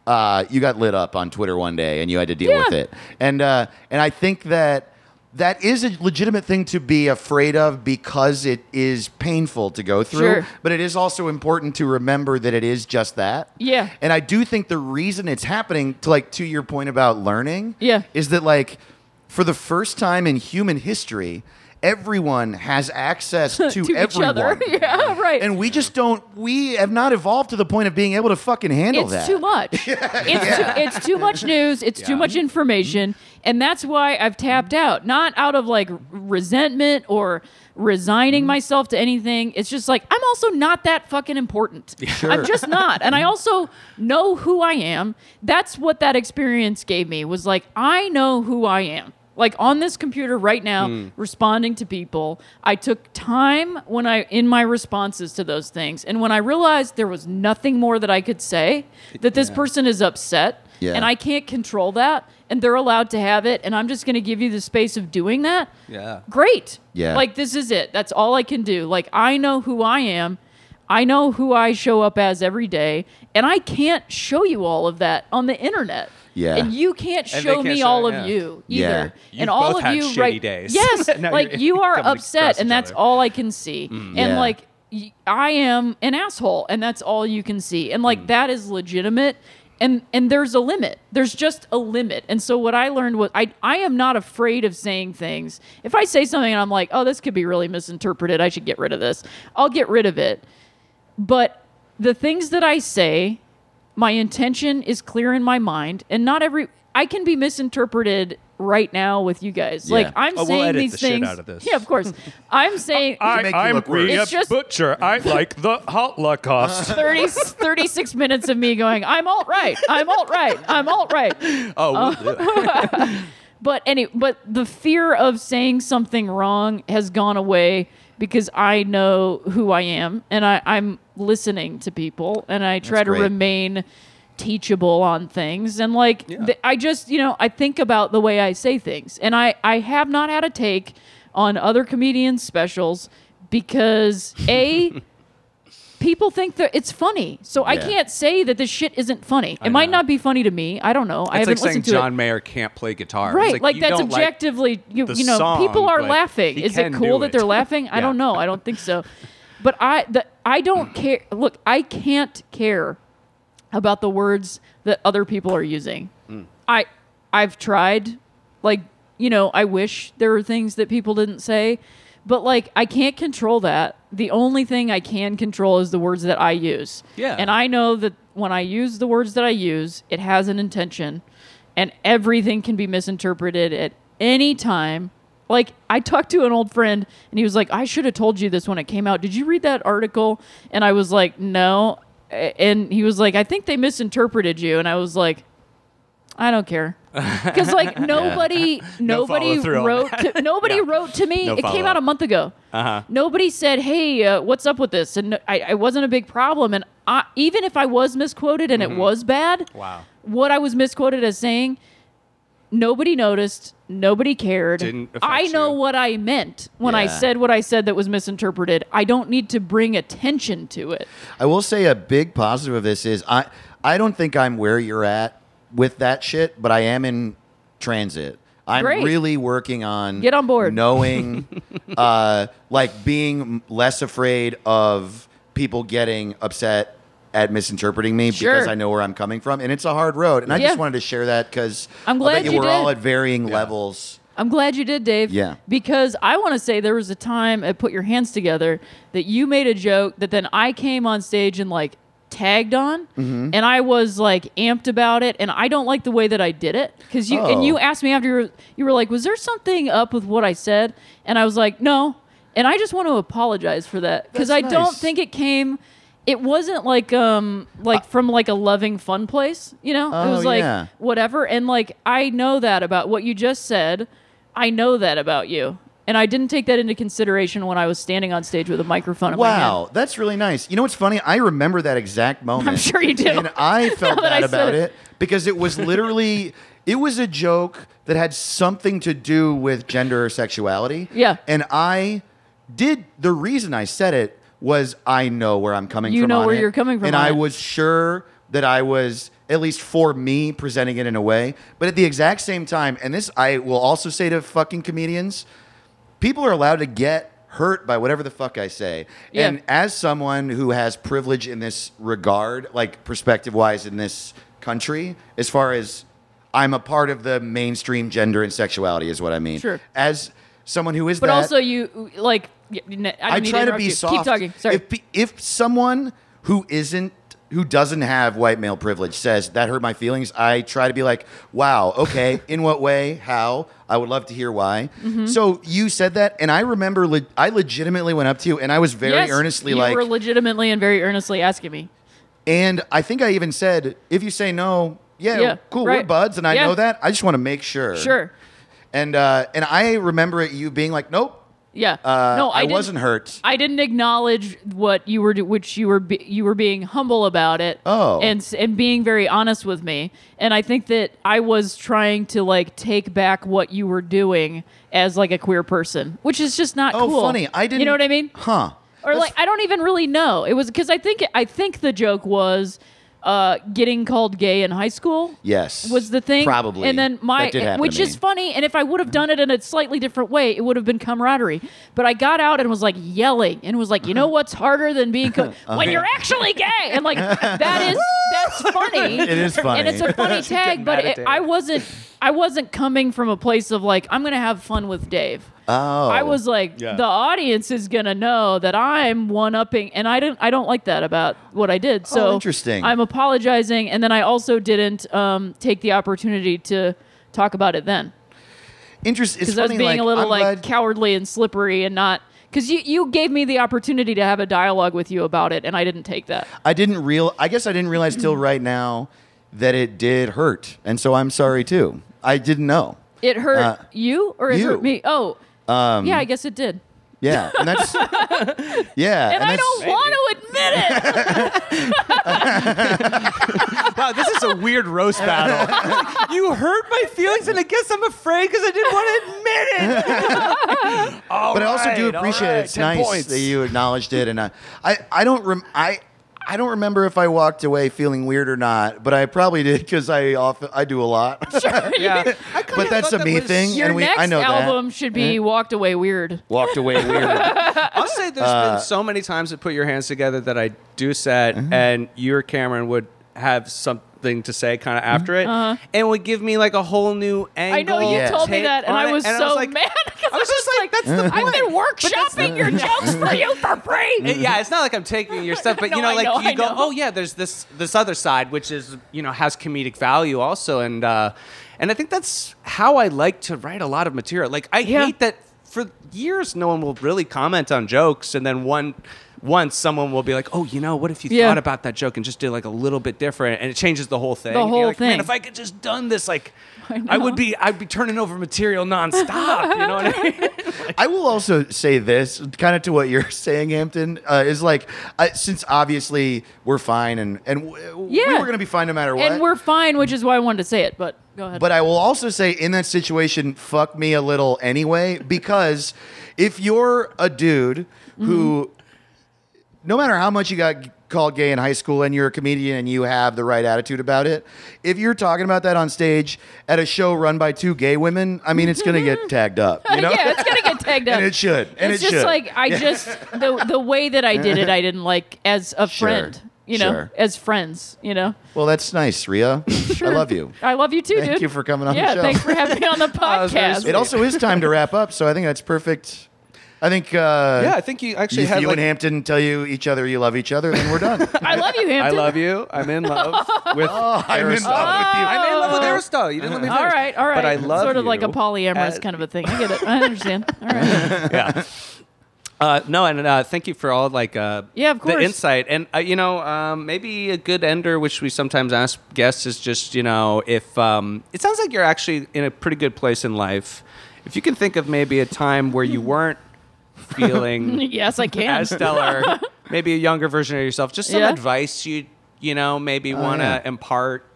S2: uh, you got lit up on Twitter one day and you had to deal
S1: Yeah.
S2: with it, and uh, and I think that that is a legitimate thing to be afraid of because it is painful to go through,
S1: Sure.
S2: but it is also important to remember that it is just that.
S1: Yeah.
S2: and I do think the reason it's happening to like to your point about learning,
S1: Yeah.
S2: is that like for the first time in human history, everyone has
S1: <laughs>
S2: access to,
S1: to each
S2: everyone.
S1: other. <laughs> yeah, right.
S2: And we just don't we have not evolved to the point of being able to fucking handle <laughs>
S1: it's
S2: that.
S1: too much. It's, too, it's too much news. It's too much information. And that's why I've tapped out, not out of like resentment or resigning myself to anything. It's just like, I'm also not that fucking important. I'm just not. And I also know who I am. That's what that experience gave me was like, I know who I am like on this computer right now responding to people i took time when i in my responses to those things and when i realized there was nothing more that i could say that this person is upset
S2: Yeah.
S1: and i can't control that and they're allowed to have it and i'm just going to give you the space of doing that <laughs>
S4: Yeah.
S1: great
S2: Yeah.
S1: like this is it that's all i can do like i know who i am i know who i show up as every day and i can't show you all of that on the internet
S2: Yeah.
S1: and you can't
S4: And they
S1: show
S4: can't
S1: me
S4: show-
S1: all
S4: yeah.
S1: of you either.
S2: Yeah.
S4: You've
S1: and all
S4: both
S1: of
S4: had
S1: you
S4: shitty
S1: right
S4: days.
S1: Yes,
S4: <laughs> Now
S1: like
S4: you're
S1: you are
S4: coming across
S1: upset and
S4: each
S1: that's
S4: other.
S1: all I can see.
S4: Mm.
S1: And
S2: Yeah.
S1: like y- I am an asshole and that's all you can see. And
S4: Mm.
S1: like that is legitimate. And and there's a limit. There's just a limit. And so what I learned was I I am not afraid of saying things. If I say something and I'm like, "Oh, this could be really misinterpreted. I should get rid of this." I'll get rid of it. But the things that I say my intention is clear in my mind and not every i can be misinterpreted right now with you guys like i'm
S4: Oh, we'll
S1: saying
S4: edit
S1: these
S4: the shit
S1: things
S4: out of this.
S1: yeah of course i'm saying
S5: make you look worse.
S1: It's just-
S6: Butcher. I like the Holocaust.
S1: 30, 36 minutes of me going i'm alt right i'm alt right i'm alt right
S4: <laughs> Oh,
S1: Uh, <laughs>
S4: we'll do it.
S1: but any but the fear of saying something wrong has gone away because I know who I am and I, I'm listening to people and I try
S2: That's
S1: to
S2: great.
S1: remain teachable on things and like th- I just you know I think about the way I say things and I I have not had a take on other comedians specials because
S4: <laughs>
S1: a people think that it's funny so I
S2: Yeah.
S1: can't say that this shit isn't funny it might
S4: know.
S1: not be funny to me I don't know I
S4: It's
S1: haven't
S4: like saying
S1: listened to it
S4: John Mayer can't play guitar. It's
S1: right like,
S4: you
S1: that's
S4: don't
S1: objectively you,
S4: the
S1: you know
S4: song,
S1: people are
S4: but
S1: laughing
S4: he
S1: is it
S4: can
S1: cool
S4: do
S1: that
S4: it.
S1: they're laughing i
S4: Yeah.
S1: don't know i don't think so but i the,
S4: <clears throat>
S1: i don't care look i can't care about the words that other people are using i i've tried like you know i wish there were things that people didn't say but like i can't control that the only thing i can control is the words that i use
S4: Yeah.
S1: and i know that when i use the words that i use it has an intention and everything can be misinterpreted at any time like i talked to an old friend and he was like i should have told you this when it came out did you read that article and i was like no A- and he was like i think they misinterpreted you and i was like I don't care. Because
S4: <laughs>
S1: like nobody, nobody
S4: follow-through on
S1: wrote,
S4: <laughs>
S1: to, nobody wrote to me.
S4: No
S1: it came
S4: follow-up.
S1: out a month ago. Uh-huh. Nobody said, "Hey, uh, what's up with this?" And I, I wasn't a big problem. And I, even if I was misquoted and it was bad,
S4: Mm-hmm. Wow.
S1: what I was misquoted as saying, nobody noticed, nobody cared.
S4: Didn't affect
S1: I know
S4: you.
S1: what I meant when I
S2: Yeah.
S1: said what I said that was misinterpreted. I don't need to bring attention to it.
S2: I will say a big positive of this is I I don't think I'm where you're at with that shit, but I am in transit. I'm
S1: Great.
S2: really working on
S1: Get on board.
S2: knowing,
S1: <laughs>
S2: uh, like being less afraid of people getting upset at misinterpreting me
S1: Sure.
S2: because I know where I'm coming from, and it's a hard road. And I
S1: Yeah.
S2: just wanted to share that because
S1: I'm glad you
S2: we're
S1: did.
S2: all at varying levels.
S1: I'm glad you did, Dave.
S2: Yeah.
S1: Because I want to say there was a time at Put Your Hands Together that you made a joke that then I came on stage and like tagged on
S2: Mm-hmm.
S1: and I was like amped about it and I don't like the way that I did it cuz you and
S2: Oh.
S1: you asked me after you were, you were like was there something up with what I said and I was like no and I just want to apologize for that cuz
S2: That's
S1: I don't
S2: nice.
S1: think it came it wasn't like um like from like a loving fun place, you know? it
S2: Uh, Oh,
S1: was like
S2: yeah.
S1: whatever. And like, I know that about what you just said. I know that about you. And I didn't take that into consideration when I was standing on stage with a microphone in my hand.
S2: Wow, that's really nice. You know what's funny? I remember that exact moment.
S1: <laughs> I'm sure you do.
S2: And I
S1: <laughs>
S2: felt
S1: Now that
S2: bad
S1: I said
S2: about
S1: it.
S2: it. because it was literally it was a joke that had something to do with gender or sexuality.
S1: Yeah.
S2: And I did the reason I said it was I know where I'm coming
S1: You
S2: from.
S1: know
S2: on
S1: where
S2: it,
S1: you're coming from
S2: And
S1: on
S2: I
S1: it.
S2: was sure that I was at least for me presenting it in a way. But at the exact same time, and this I will also say to fucking comedians, people are allowed to get hurt by whatever the fuck I say.
S1: Yeah.
S2: And as someone who has privilege in this regard, like perspective wise in this country, as far as I'm a part of the mainstream gender and sexuality is what I mean.
S1: Sure.
S2: As someone who is
S1: But
S2: that
S1: also, you like, I, didn't
S2: I
S1: mean
S2: try to
S1: interrupt
S2: be
S1: you.
S2: soft.
S1: Keep talking. Sorry.
S2: If, pe- if someone who isn't who doesn't have white male privilege says that hurt my feelings, I try to be like, wow,
S1: <laughs>
S2: okay, in what way, how? I would love to hear why.
S1: Mm-hmm.
S2: So you said that, and I remember le- I legitimately went up to you, and I was very
S1: Yes,
S2: earnestly
S1: you
S2: like,
S1: were legitimately and very earnestly asking me.
S2: and I think I even said, if you say no, yeah,
S1: Yeah,
S2: cool, we're
S1: right.
S2: buds, and I
S1: Yeah.
S2: know that. I just want to make sure.
S1: Sure.
S2: And uh, and I remember it, you being like, nope,
S1: Yeah.
S2: uh,
S1: no, I,
S2: I,
S1: didn't-
S2: wasn't hurt.
S1: I didn't acknowledge what you were, do- which you were, be, you were being humble about it.
S2: Oh.
S1: and s- and being very honest with me. And I think that I was trying to like take back what you were doing as like a queer person, which is just not
S2: Oh,
S1: cool.
S2: funny. I didn't.
S1: You know what I mean?
S2: Huh.
S1: or
S2: That's-
S1: like I don't even really know. It was because I think I think the joke was uh, getting called gay in high school.
S2: Yes.
S1: was the thing
S2: Probably.
S1: And then my,
S2: That did happen to
S1: which
S2: me.
S1: is funny. And if I would have done it in a slightly different way, it would have been camaraderie. But I got out and was like yelling and was like, you know what's harder than
S2: <laughs>
S1: being co- when you're actually gay? And like that is that's
S2: <laughs>
S1: funny.
S2: It is funny.
S1: and it's
S2: <laughs>
S1: a funny tag. But it, I wasn't I wasn't coming from a place of like I'm gonna have fun with Dave.
S2: oh.
S1: I was like,
S6: Yeah.
S1: the audience is gonna know that I'm one upping, and I don't, I don't like that about what I did. So
S2: Oh, interesting.
S1: I'm apologizing, and then I also didn't um, take the opportunity to talk about it then
S2: interested. It's
S1: because I was
S2: funny.
S1: being
S2: like,
S1: a little
S2: I'm
S1: like
S2: glad-
S1: cowardly and slippery and not. Because you, you gave me the opportunity to have a dialogue with you about it, and I didn't take that.
S2: I didn't real. I guess I didn't realize
S1: <clears throat>
S2: till right now that it did hurt, and so I'm sorry too. I didn't know.
S1: It hurt
S2: Uh,
S1: you or it
S2: you. Um,
S1: hurt me? Oh, yeah, I guess it did.
S2: Yeah, and
S1: <laughs>
S2: that's yeah,
S1: And, I
S2: that's-
S1: don't want to
S2: <laughs>
S1: admit it.
S4: Wow, this is a weird roast
S1: <laughs>
S4: battle. you hurt my feelings, and I guess I'm afraid because I didn't want to admit it.
S1: <laughs>
S4: <laughs>
S2: but I also do
S6: Alright,
S2: appreciate it.
S6: alright,
S2: It's
S6: 10
S2: nice
S6: points.
S2: that you acknowledged it, and I, I, I don't rem- I. I don't remember if I walked away feeling weird or not, but I probably did because I often I do a lot. <laughs>
S4: <laughs> yeah,
S2: but that's a me thing,
S1: Your
S2: and we
S1: next
S2: I know
S1: album
S2: that. Uh-huh.
S1: should be Walked Away Weird.
S2: Walked away weird.
S4: <laughs>
S2: Uh,
S4: I'll say there's been so many times that put your hands together that I do set,
S1: Uh-huh.
S4: and you or Cameron would have something to say kind of after it, and would give me like a whole new
S1: Mm-hmm. Uh-huh. I
S4: angle.
S1: know you
S2: Yeah.
S1: told me
S4: take
S1: that, and
S4: on
S1: I
S4: it,
S1: was
S4: and
S1: so
S4: like-
S1: mad. <laughs>
S2: <laughs>
S1: 'cause
S4: I was just like, that's the
S1: I've
S4: point.
S1: been workshopping your jokes for you for
S2: <laughs>
S1: free.
S4: It- yeah, it's not like I'm taking your stuff, but
S1: <laughs> No,
S4: you know,
S1: I
S4: like
S1: know,
S4: you
S1: I
S4: go,
S1: know.
S4: oh yeah, there's this this other side, which is you know has comedic value also, and uh, and I think that's how I like to write a lot of material. Like I
S1: Yeah.
S4: hate that for years no one will really comment on jokes, and then one once someone will be like, oh, you know, what if you
S1: Yeah.
S4: thought about that joke and just did like a little bit different, and it changes the whole thing.
S1: The
S4: And you're
S1: whole
S4: like, Man,
S1: thing.
S4: if I could just done this, like.
S1: <laughs> I
S4: I, would
S1: know.
S4: be I'd be turning over material nonstop. You know what
S1: <laughs>
S4: I mean?
S2: I will also say this, kind of to what you're <laughs> saying, Hampton, uh, is like I, since obviously we're fine and and w- we
S1: Yeah.
S2: were gonna be fine no matter what.
S1: And we're fine, which is why I wanted to say it. But go ahead. <laughs>
S2: but I will also say in that situation, fuck me a little anyway, because if you're a dude who,
S1: Mm-hmm.
S2: no matter how much you got g- called gay in high school and you're a comedian and you have the right attitude about it, if you're talking about that on stage at a show run by two gay women, I mean, it's gonna get tagged up,
S1: <laughs>
S2: you know?
S1: yeah, it's gonna get tagged up.
S2: And it should. And
S1: Mm-hmm. it's
S2: it
S1: just
S2: should.
S1: like I just the the way that I did it, I didn't like as a
S2: Sure.
S1: friend. You know,
S2: Sure.
S1: as friends. You know,
S2: Well, that's nice, Ria. I love
S1: <laughs>
S2: you.
S1: I love you too,
S2: Thank
S1: dude.
S2: you for coming on the
S1: yeah,
S2: show.
S1: thanks for having me
S2: <laughs>
S1: on the
S4: was very
S1: podcast.
S4: sweet.
S2: It also is time to wrap up, so I think that's perfect. I think. Uh,
S4: <laughs> Yeah, I think you actually
S2: if
S4: had
S2: you
S4: like,
S2: and Hampton tell you each other you love each other, then we're
S4: <laughs>
S2: done.
S1: I love you, Hampton.
S4: I love you. I'm in love
S1: <laughs>
S4: with
S2: Oh, I'm in
S4: Aristotle.
S2: love with you.
S4: I'm in love with Aristotle. You didn't <laughs> let me finish.
S1: Oh. All right, all right.
S4: But I love
S1: sort of
S4: you
S1: like a polyamorous
S4: as-
S2: Uh,
S1: kind of a thing. I get it. I understand.
S2: <laughs>
S1: All right.
S4: yeah. <laughs> Uh, no, and uh, thank you for all like uh,
S1: Yeah, of
S4: the
S1: course.
S4: insight and uh, you know um, maybe a good ender, which we sometimes ask guests, is just you know if um, it sounds like you're actually in a pretty good place in life. If you can think of maybe a time where you <laughs> weren't feeling
S1: yes, I can.
S4: as stellar, maybe a younger version of yourself, just some
S1: Yeah.
S4: advice you you know maybe want to
S2: yeah.
S4: impart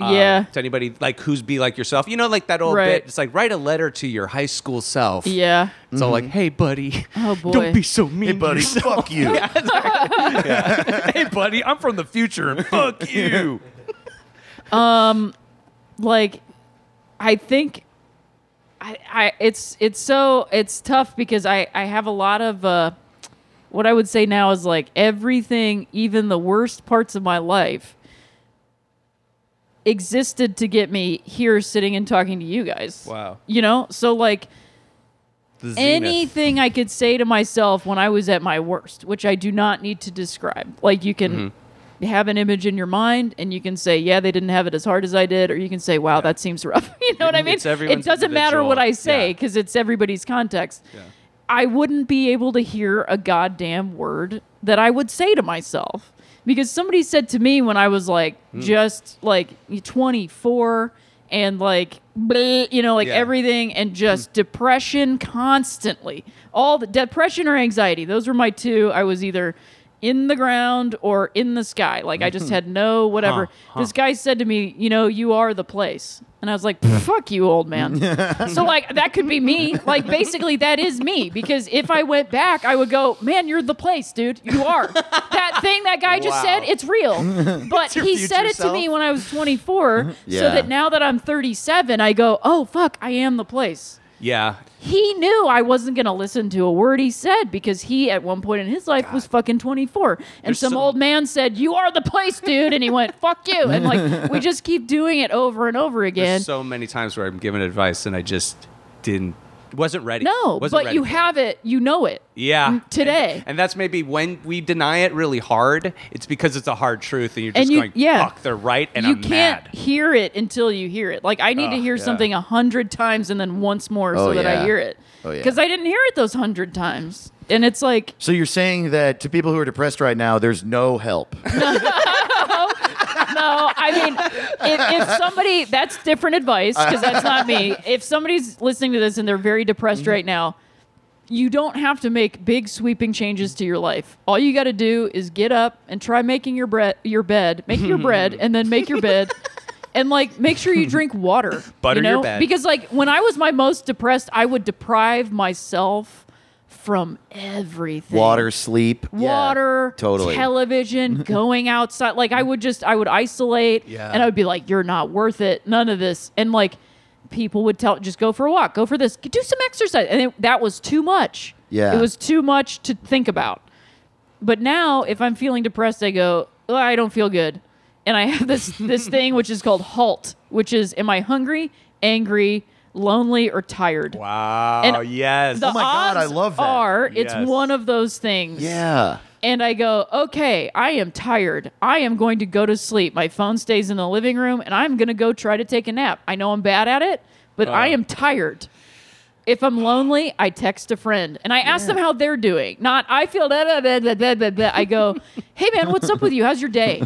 S1: Yeah.
S4: um, to anybody like who's be like yourself. You know, like that old
S1: Right.
S4: bit. It's like write a letter to your high school self.
S1: Yeah.
S4: It's all like, hey buddy,
S1: Oh, boy.
S4: <laughs> don't be so
S2: Mm-hmm. Hey,
S4: mean. <laughs>
S2: buddy, fuck you.
S6: hey, buddy, I'm from the future,
S2: <laughs>
S6: and fuck you.
S1: like I think I, I it's it's so it's tough because I I have a lot of uh what I would say now is like everything even the worst parts of my life existed to get me here sitting and talking to you guys.
S4: Wow.
S1: You know? So like
S4: The zenith.
S1: anything I could say to myself when I was at my worst, which I do not need to describe. Like you can
S4: Mm-hmm.
S1: have an image in your mind and you can say, yeah, they didn't have it as hard as I did, or you can say, wow, that seems rough. <laughs> you know what I mean?
S4: It's everyone's
S1: it doesn't matter what I
S4: individual-
S1: say
S4: yeah.
S1: because it's everybody's context. I wouldn't be able to hear a goddamn word that I would say to myself because somebody said to me when I was like just like 24 and like bleh, you know like
S4: Yeah.
S1: everything and just depression constantly all the depression or anxiety those were my two I was either in the ground or in the sky like I just had no whatever this guy said to me you know you are the place and I was like fuck you old man so like that could be me. Like basically that is me because if I went back, I would go, man, you're the place, dude. You are that thing that guy
S4: Wow.
S1: just said. It's real,
S4: <laughs>
S1: but
S4: your
S1: he said
S4: future
S1: it to me
S4: self.
S1: when I was 24.
S2: Yeah.
S1: So that now that I'm 37, I go, oh fuck, I am the place.
S4: Yeah.
S1: He knew I wasn't going to listen to a word he said because he, at one point in his life, was fucking 24. And some
S4: some-
S1: old man said, You are the place, dude. And he went, Fuck you. And
S4: <laughs>
S1: like, we just keep doing it over and over again.
S4: There's so many times where I'm given advice and I just didn't wasn't ready.
S1: No,
S4: Wasn't
S1: but
S4: ready
S1: you
S4: for it.
S1: have it. You know it.
S4: Yeah.
S1: m- today.
S4: And, and that's maybe when we deny it really hard, it's because it's a hard truth and you're just
S1: And you-
S4: going,
S1: yeah.
S4: fuck, they're right and
S1: you
S4: I'm
S1: can't
S4: mad.
S1: hear it until you hear it. Like I need to
S4: Ugh,
S1: hear
S4: yeah.
S1: something a hundred times and then once more so
S2: Oh,
S1: that I
S2: yeah.
S1: hear it.
S2: Oh, yeah.
S1: Because I didn't hear it those hundred times, and it's like
S2: So you're saying that to people who are depressed right now, there's no
S4: <laughs>
S2: help.
S1: no, I mean, if, if somebody, that's different advice because that's not me. If somebody's listening to this and they're very
S4: Mm-hmm.
S1: depressed right now, you don't have to make big sweeping changes to your life. All you got to do is get up and try making your bread, your bed, make
S4: <laughs>
S1: your bread, and then make your bed. And like, make sure you drink water.
S4: <laughs> Butter
S1: you
S4: your
S1: know?
S4: bed.
S1: Because like, when I was my most depressed, I would deprive myself from everything
S2: Water, sleep, Yeah,
S1: water,
S2: totally. <laughs>
S1: television, going outside. Like I would just I would isolate
S4: Yeah.
S1: and I would be like, You're not worth it, none of this. And like people would tell just go for a walk, go for this, do some exercise. And it, that was too much.
S2: Yeah.
S1: It was too much to think about. But now if I'm feeling depressed, I go, oh, I don't feel good. And I have this
S2: <laughs>
S1: this thing which is called halt, which is am I hungry, angry, lonely, or tired?
S4: Wow.
S1: And
S4: yes.
S1: The
S2: Oh my God, I
S1: odds
S2: love that.
S1: Are
S4: Yes.
S1: it's one of those things
S2: yeah.
S1: and I go, okay, I am tired. I am going to go to sleep. My phone stays in the living room, and I'm going to go try to take a nap. I know I'm bad at it, but
S2: Uh.
S1: I am tired. If I'm lonely, I text a friend and I ask them how they're doing. Not, I feel da da da da da da. da." I go, hey man, what's up with you? How's
S2: <laughs>
S1: your day?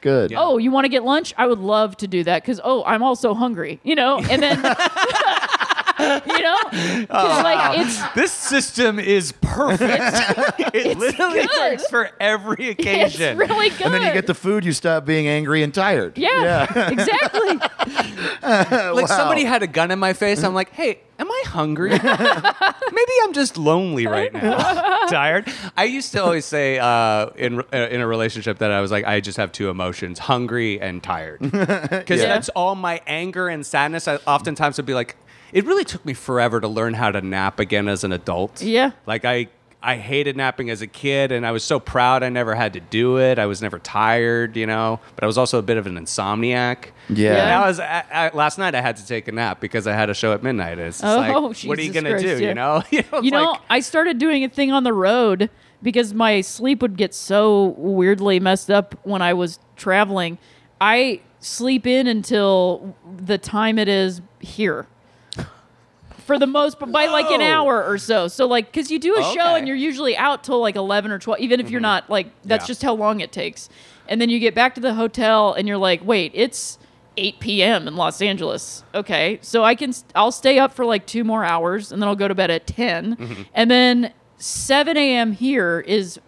S2: Good.
S1: Oh, you want to get lunch? I would love to do that because oh, I'm also hungry. You know, and then. <laughs> You know, 'Cause,
S2: Ah.
S1: like it's
S6: This system is perfect. it literally
S1: good.
S6: works for every
S1: it's
S6: occasion.
S1: really good.
S2: And then you get the food, you stop being angry and tired.
S1: yeah,
S2: <laughs>
S1: exactly.
S4: like
S2: Wow.
S4: somebody had a gun in my face. I'm like, hey, am I hungry? Maybe I'm just lonely right now, tired. I used to always say uh, in uh, in a relationship that I was like, I just have two emotions: hungry and tired, because
S1: Yeah.
S4: that's all my anger and sadness. I oftentimes would be like, it really took me forever to learn how to nap again as an adult.
S1: Yeah.
S4: like I. I hated napping as a kid, and I was so proud I never had to do it. I was never tired, you know. But I was also a bit of an insomniac.
S2: Yeah.
S1: Yeah.
S4: And I was I, I, last night. I had to take a nap because I had a show at midnight. It's just
S1: Oh,
S4: like, what are you
S1: Jesus
S4: gonna
S1: Christ,
S4: do?
S1: yeah.
S4: You know, <laughs> you know, it's
S1: you know,
S4: like-
S1: I started doing a thing on the road because my sleep would get so weirdly messed up when I was traveling. I sleep in until the time it is here. For the most, but by like an
S4: Whoa.
S1: hour or so. So like, because you do a show
S4: Okay.
S1: and you're usually out till like eleven or twelve, even if you're not like. That's
S4: Yeah.
S1: just how long it takes. And then you get back to the hotel and you're like, wait, it's eight p.m. in Los Angeles. Okay, so I can st- I'll stay up for like two more hours and then I'll go to bed at 10 and then seven a.m. here is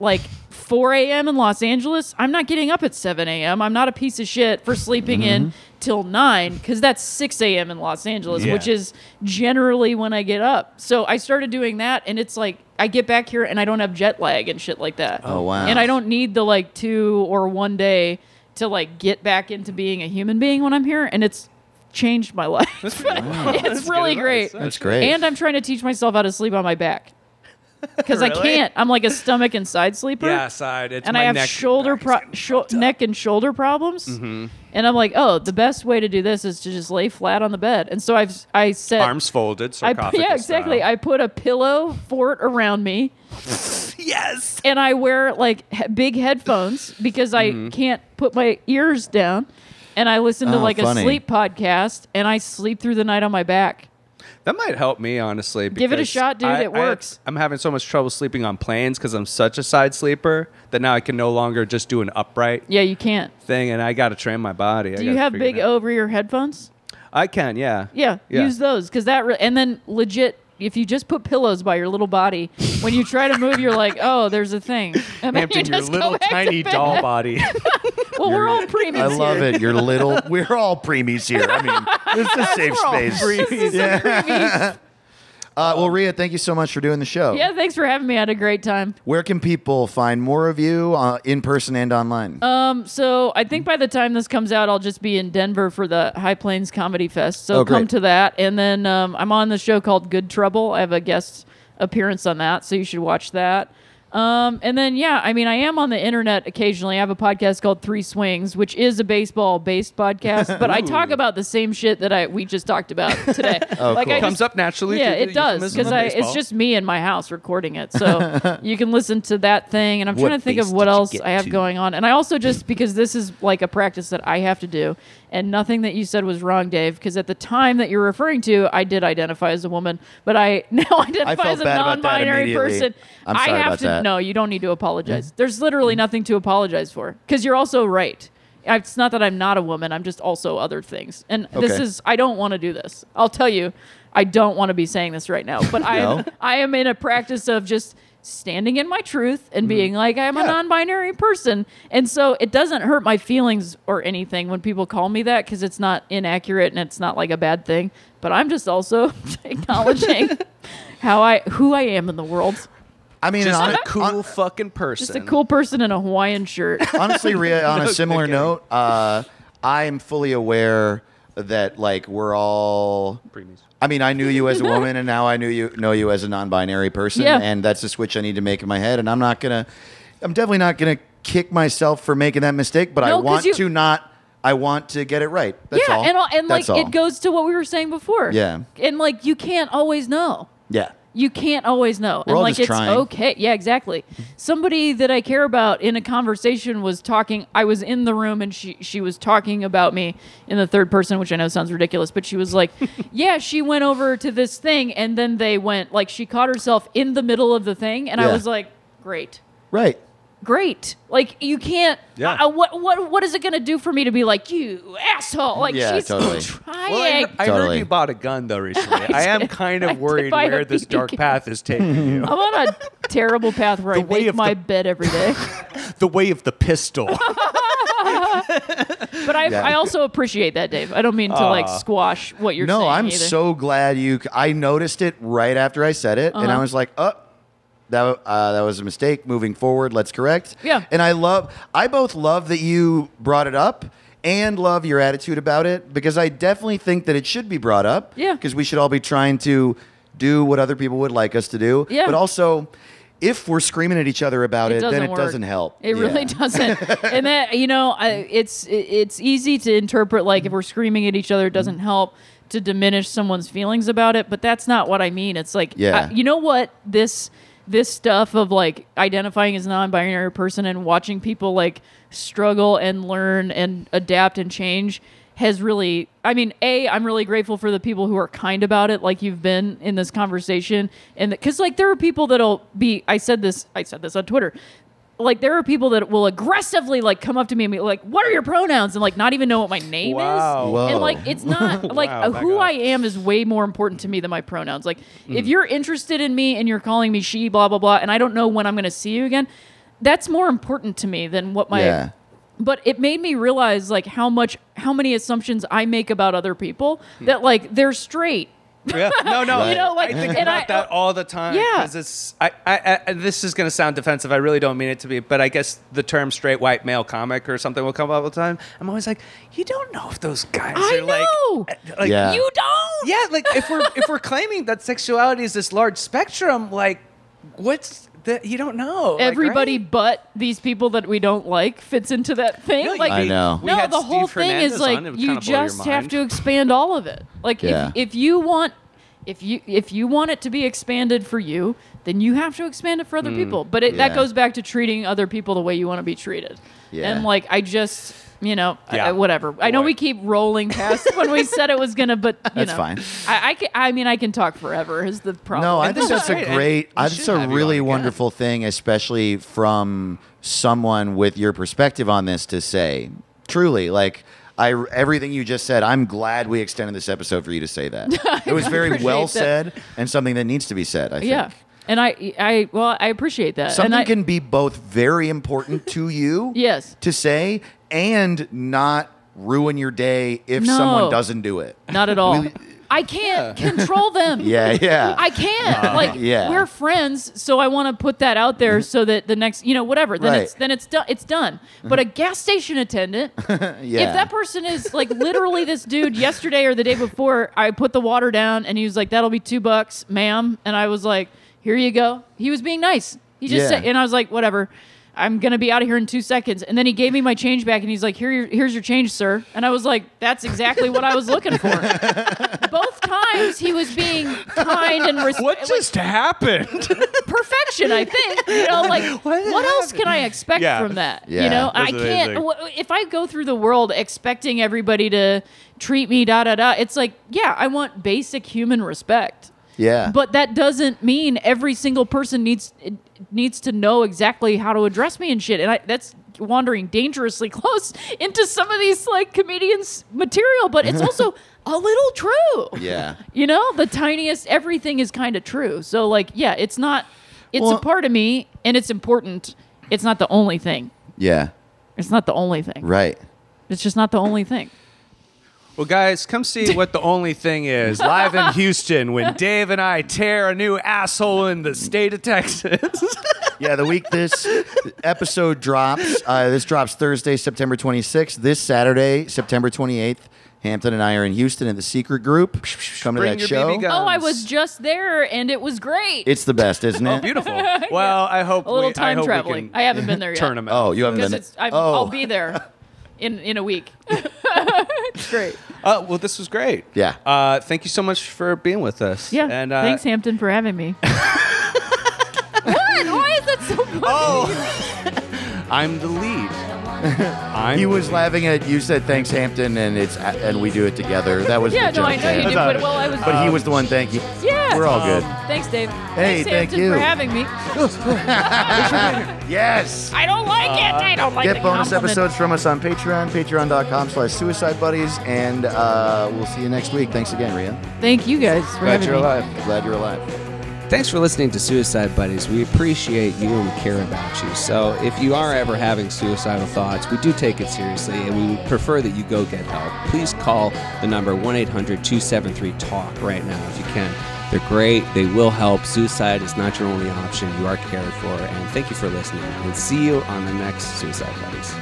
S1: like 4 a.m. in Los Angeles, I'm not getting up at 7 a.m. I'm not a piece of shit for sleeping in
S2: Mm-hmm.
S1: till 9 because that's 6 a.m. in Los Angeles,
S4: Yeah.
S1: which is generally when I get up. So I started doing that, and it's like I get back here and I don't have jet lag and shit like that.
S2: Oh, wow.
S1: And I don't need the like two or one day to like get back into being a human being when I'm here, and it's changed my <laughs> life. it's really great.
S2: That's great.
S1: And I'm trying to teach myself how to sleep on
S4: <laughs>
S1: my back. Because I can't. I'm like a stomach and side sleeper
S4: yeah, side. It's
S1: and
S4: my
S1: I have
S4: neck
S1: shoulder
S4: back is
S1: pro-
S4: getting
S1: sho- neck and shoulder problems.
S4: Mm-hmm.
S1: And I'm like, oh, the best way to do this is to just lay flat on the bed. And so I've I set
S4: arms folded.
S1: I,
S4: sarcophagus <laughs>
S1: yeah, exactly.
S4: style.
S1: I put a pillow fort around me,
S6: yes.
S1: and I wear like he-
S4: <laughs>
S1: big headphones because I
S4: Mm-hmm.
S1: can't put my ears down. And I listen to
S2: Oh,
S1: like
S2: funny.
S1: a sleep podcast and I sleep through the night on my back.
S4: That might help me, honestly.
S1: Give it a
S4: because
S1: shot, dude.
S4: I-
S1: It works.
S4: I, am having so much trouble sleeping on planes because I'm such a side sleeper that now I can no longer just do an upright
S1: Yeah, you can't.
S4: thing, and I got to train my body. I
S1: Do you
S4: gotta
S1: have
S4: figure it
S1: big
S4: out.
S1: over ear headphones?
S4: I can, yeah.
S1: Yeah,
S4: Yeah.
S1: use those because that re- and then legit. If you just put pillows by your little body, when you try to move, you're like, "Oh, there's a thing." And then you
S6: Hampton,
S1: <laughs>
S6: your
S1: just go
S6: little
S1: back to
S6: tiny
S1: bed.
S6: doll
S4: <laughs>
S1: <laughs>
S6: body.
S1: Well, we're all preemies
S2: I love
S1: here.
S2: it. You're
S1: <laughs>
S2: little.
S5: We're all preemies here. I mean, it's a safe space.
S1: This is a preemies.
S2: Uh, well, Rhea, thank you so much for doing the show.
S1: Yeah, thanks for having me. I had a great time.
S2: Where can people find more of you uh, in person and online?
S1: Um, so I think by the time this comes out, I'll just be in Denver for the High Plains Comedy Fest. So
S2: Oh, great.
S1: come to that, and then um, I'm on the show called Good Trouble. I have a guest appearance on that, so you should watch that. Um, and then yeah, I mean, I am on the internet occasionally. I have a podcast called Three Swings, which is a baseball-based podcast, but I talk about the same shit that I we just talked about
S2: <laughs>
S1: today. oh, like
S2: cool.
S1: I
S4: Comes
S1: just-
S4: up naturally.
S1: yeah,
S4: through the
S1: it does
S4: euphemism of
S1: because I it's
S4: baseball.
S1: just me in my house recording it.
S2: <laughs>
S1: So you can listen to that thing, and I'm
S2: What
S1: trying to think of
S2: base
S1: what
S2: did you
S1: else
S2: get
S1: I have
S2: to?
S1: going on. And I also just because this is like a practice that I have to do, and nothing that you said was wrong, Dave. Because at the time that you're referring to, I did identify as a woman, but I <laughs> now identify
S2: felt
S1: as a
S2: bad about that
S1: non-binary
S2: immediately.
S1: person.
S2: I'm
S1: I
S2: sorry
S1: have
S2: about
S1: to
S2: that.
S1: no, you don't need to apologize. There's literally nothing to apologize for because you're also right. I- It's not that I'm not a woman. I'm just also other things. And this
S2: Okay.
S1: is I don't want to do this. I'll tell you, I don't want to be saying this right now. But I
S2: No.
S1: am, I am in a practice of just standing in my truth and being like I'm a
S2: Mm-hmm. Yeah.
S1: non-binary person. And so it doesn't hurt my feelings or anything when people call me that because it's not inaccurate and it's not like a bad thing. But I'm just also <laughs> acknowledging
S2: <laughs>
S1: how I who I am in the world.
S2: I mean,
S4: Just
S2: hon-
S1: <laughs>
S4: a cool
S2: hon-
S4: fucking person.
S1: Just a cool person in a Hawaiian
S2: <laughs>
S1: shirt.
S2: honestly, Rhea, on a
S4: No
S2: similar
S4: kidding.
S2: note, uh, I'm fully aware that like we're all.
S4: Preemies.
S2: I mean, I knew you as a woman, and now I knew you know you as a non-binary person,
S1: Yeah.
S2: and that's a switch I need to make in my head. And I'm not gonna, I'm definitely not gonna kick myself for making that mistake, but
S1: No,
S2: I
S1: 'cause
S2: want
S1: you-
S2: to not. I want to get it right. That's
S1: yeah,
S2: all.
S1: and all, and
S2: That's
S1: like
S2: all.
S1: it goes to what we were saying before.
S2: Yeah.
S1: and like you can't always know.
S2: Yeah.
S1: You can't always know.
S2: We're
S1: and
S2: all
S1: like
S2: just
S1: it's
S2: trying.
S1: okay. Yeah, exactly. Somebody that I care about in a conversation was talking I was in the room and she she was talking about me in the third person, which I know sounds ridiculous, but she was
S2: <laughs>
S1: like, "Yeah, she went over to this thing and then they went like she caught herself in the middle of the thing and I
S2: Yeah.
S1: was like, "Great." <coughs>
S2: Right.
S1: great. Like you can't.
S4: Yeah.
S1: I- I- what what what is it gonna do for me to be like you asshole? Like
S2: Yeah,
S1: she's
S2: totally.
S1: trying.
S4: Well, I, heard, I
S2: Totally.
S4: heard you bought a gun though recently. I, am kind
S1: <laughs> I
S4: of
S1: did
S4: worried
S1: buy a
S4: where this
S1: BB
S4: dark
S1: gun.
S4: path is
S1: <laughs>
S4: taking you.
S1: I'm on a terrible path where I
S4: The way
S1: make
S4: of
S1: my
S4: the-
S1: bed
S4: <laughs>
S1: every day.
S4: the way of the
S1: <laughs>
S4: pistol. <laughs>
S1: But I,
S2: Yeah.
S1: I also appreciate that, Dave. I don't mean to like squash what you're saying.
S2: no, I'm
S1: either.
S2: so glad you. c- I noticed it right after I said it,
S1: Uh-huh.
S2: and I was like, "Oh, that uh, that was a mistake. Moving forward, let's correct."
S1: Yeah.
S2: And I love. I both love that you brought it up and love your attitude about it because I definitely think that it should be brought up.
S1: Yeah.
S2: Because we should all be trying to do what other people would like us to do.
S1: Yeah.
S2: But also. If we're screaming at each other about it, then it
S1: work.
S2: doesn't help.
S1: It really <laughs>
S2: Yeah.
S1: doesn't. and that you know, I, it's it- it's easy to interpret like if we're screaming at each other, it
S2: Mm-hmm.
S1: doesn't help to diminish someone's feelings about it. But that's not what I mean. It's like,
S2: Yeah.
S1: I- you know what this this stuff of like identifying as a non-binary person and watching people like struggle and learn and adapt and change has really i mean a i'm really grateful for the people who are kind about it like you've been in this conversation and because like there are people that'll be i said this i said this on twitter like there are people that will aggressively like come up to me and be like, "What are your pronouns?" and like not even know what my name
S4: Wow.
S1: is.
S2: Whoa.
S1: And like it's not
S4: <laughs>
S1: like uh,
S4: Wow, back
S1: who
S4: up.
S1: I am is way more important to me than my pronouns. Like
S2: Mm.
S1: if you're interested in me and you're calling me she, blah blah blah, and I don't know when I'm going to see you again, that's more important to me than what my
S2: Yeah.
S1: but it made me realize like how much how many assumptions I make about other people
S2: Hmm.
S1: that like they're straight.
S4: Yeah. No, no.
S1: You know, like
S4: I think
S1: and
S4: about
S1: I-
S4: that all the time.
S1: Yeah.
S4: 'cause it's- I, I, I, this is going to sound defensive. I really don't mean it to be, but I guess the term straight white male comic or something will come up all the time. I'm always like, you don't know if those guys
S1: I
S4: are like-
S1: know.
S4: uh, like,
S2: Yeah.
S1: You don't.
S4: yeah, like if we're if we're claiming that sexuality is this large spectrum, like what's that? You don't know. like,
S1: everybody
S4: right?
S1: but these people that we don't like fits into that thing.
S4: No, you-
S1: like
S2: I know.
S4: we
S1: no,
S4: had
S1: the whole
S4: Steve
S1: thing
S4: Hernandez
S1: is
S4: on,
S1: like
S4: it would
S1: you
S4: kinda blow your
S1: just have
S4: mind.
S1: to expand all of it. Like
S2: Yeah.
S1: if if you want if you if you want it to be expanded for you, then you have to expand it for
S4: Hmm.
S1: other people. But it,
S2: yeah.
S1: that goes back to treating other people the way you want to be treated.
S2: Yeah.
S1: And like I just, you know, I-
S4: Yeah.
S1: I- whatever. I know
S4: Boy.
S1: we keep rolling
S4: <laughs>
S1: past when we said it was gonna, but you
S2: That's
S1: know,
S2: fine.
S1: I I, ca- I mean I can talk forever is the problem.
S2: No, I
S1: Oh, And
S2: think
S1: this
S2: that's
S1: is-
S2: a great. I think it's a really wonderful thing, especially from someone with your perspective on this to say. Truly, like I everything you just said, I'm glad we extended this episode for you to say
S1: <laughs>
S2: that. it was very
S1: appreciate
S2: well
S1: that.
S2: said and something that needs to be said. I think.
S1: yeah. And I I well I appreciate that.
S2: Something
S1: and I,
S2: can be both very important
S1: <laughs>
S2: to you
S1: Yes.
S2: to say and not ruin your day if someone
S1: No.
S2: doesn't do it.
S1: Not at all. I can't control them.
S2: Yeah, yeah.
S1: I can't. like
S2: <laughs> yeah.
S1: we're friends, so I want to put that out there so that the next, you know, whatever, then
S2: Right.
S1: it's then it's done. It's done. But a gas station attendant,
S2: <laughs> yeah.
S1: if that person is like literally this dude yesterday or the day before, I put the water down and he was like, "That'll be two bucks, ma'am," and I was like, "Here you go." He was being nice. He just
S2: Yeah.
S1: said, and I was like, "Whatever." I'm gonna be out of here in two seconds, and then he gave me my change back, and he's like, "Here, your- here's your change, sir." And I was like, "That's exactly what I was looking for."
S2: <laughs>
S1: Both times he was being kind and respectful
S6: What just happened?
S1: perfection. I think you
S6: <laughs>
S1: know, like what, else can I expect
S6: Yeah.
S1: from that?
S2: Yeah.
S1: You know,
S6: That's
S1: I
S6: amazing.
S1: can't. w- If I go through the world expecting everybody to treat me da da da, it's like yeah, I want basic human respect.
S2: yeah.
S1: But that doesn't mean every single person needs it needs to know exactly how to address me and shit. And I, that's wandering dangerously <laughs> close into some of these like comedians material, but it's
S2: <laughs>
S1: also a little true.
S2: yeah.
S1: You know, the tiniest everything is kind of true. So like, yeah, it's not it's
S2: Well-
S1: a part of me and it's important. It's not the only thing.
S2: Yeah.
S1: It's not the only thing.
S2: Right.
S1: It's just not the only thing.
S4: Well, guys, come see what the only thing is live in Houston when Dave and I tear a new asshole in the state of Texas.
S2: Yeah, the week this episode drops, uh, this drops Thursday, September 26th. This Saturday, September 28th, Hampton and I are in Houston at the Secret Group. Come to
S4: Bring
S2: that
S4: your
S2: show.
S4: BB gun.
S1: Oh, I
S4: Guns.
S1: was just there and it was great.
S2: It's the best, isn't
S1: Oh,
S2: it?
S1: <laughs>
S4: Beautiful. Well, I hope
S1: a little
S4: we, I
S1: time
S4: hope we
S1: traveling.
S4: can
S1: I haven't been there yet.
S4: turn them out.
S2: Oh, you haven't
S1: because
S2: done it.
S1: it's I'm,
S2: oh,
S1: I'll be
S2: <laughs>
S1: there in in a week. it's great.
S4: Uh, well, this was great.
S2: Oh. Yeah.
S4: Uh, thank you so much for being with us.
S1: Yeah.
S4: And uh,
S1: Thanks, Hampton, for having
S2: <laughs>
S1: me. what? Why is that so funny?
S4: oh! <laughs> I'm the lead. I'm
S2: he was laughing at you said thanks Hampton, and it's and we do it together. That was
S1: yeah,
S2: the
S1: no, I
S2: joke
S1: know you
S2: there.
S1: did. But well, I was. um,
S2: But he was the one. Thank you.
S1: Yeah. Um,
S2: We're all good.
S1: Thanks, Dave.
S2: Hey, thank
S1: Thanks, Hampton,
S2: you.
S1: for having me.
S2: Yes.
S1: I don't like it. I don't like
S2: Get
S1: the
S2: bonus
S1: compliment.
S2: episodes from us on Patreon, patreon.com slash suicide buddies, and uh, we'll see you next week. Thanks again, Ria.
S1: Thank you guys for
S4: glad
S1: having
S4: you're
S1: me.
S4: alive.
S2: Glad you're alive.
S7: Thanks for listening to Suicide Buddies. We appreciate you and we care about you. So if you are ever having suicidal thoughts, we do take it seriously and we would prefer that you go get help. Please call the number 1 800 273 TALK right now if you can. They're great, they will help. Suicide is not your only option. You are cared for. And thank you for listening. And see you on the next Suicide Buddies.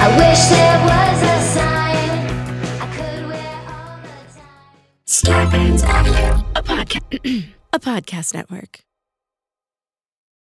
S3: I wish there was a sign I could wear all the time.
S8: Scarpins Audio, a podcast, a podcast network.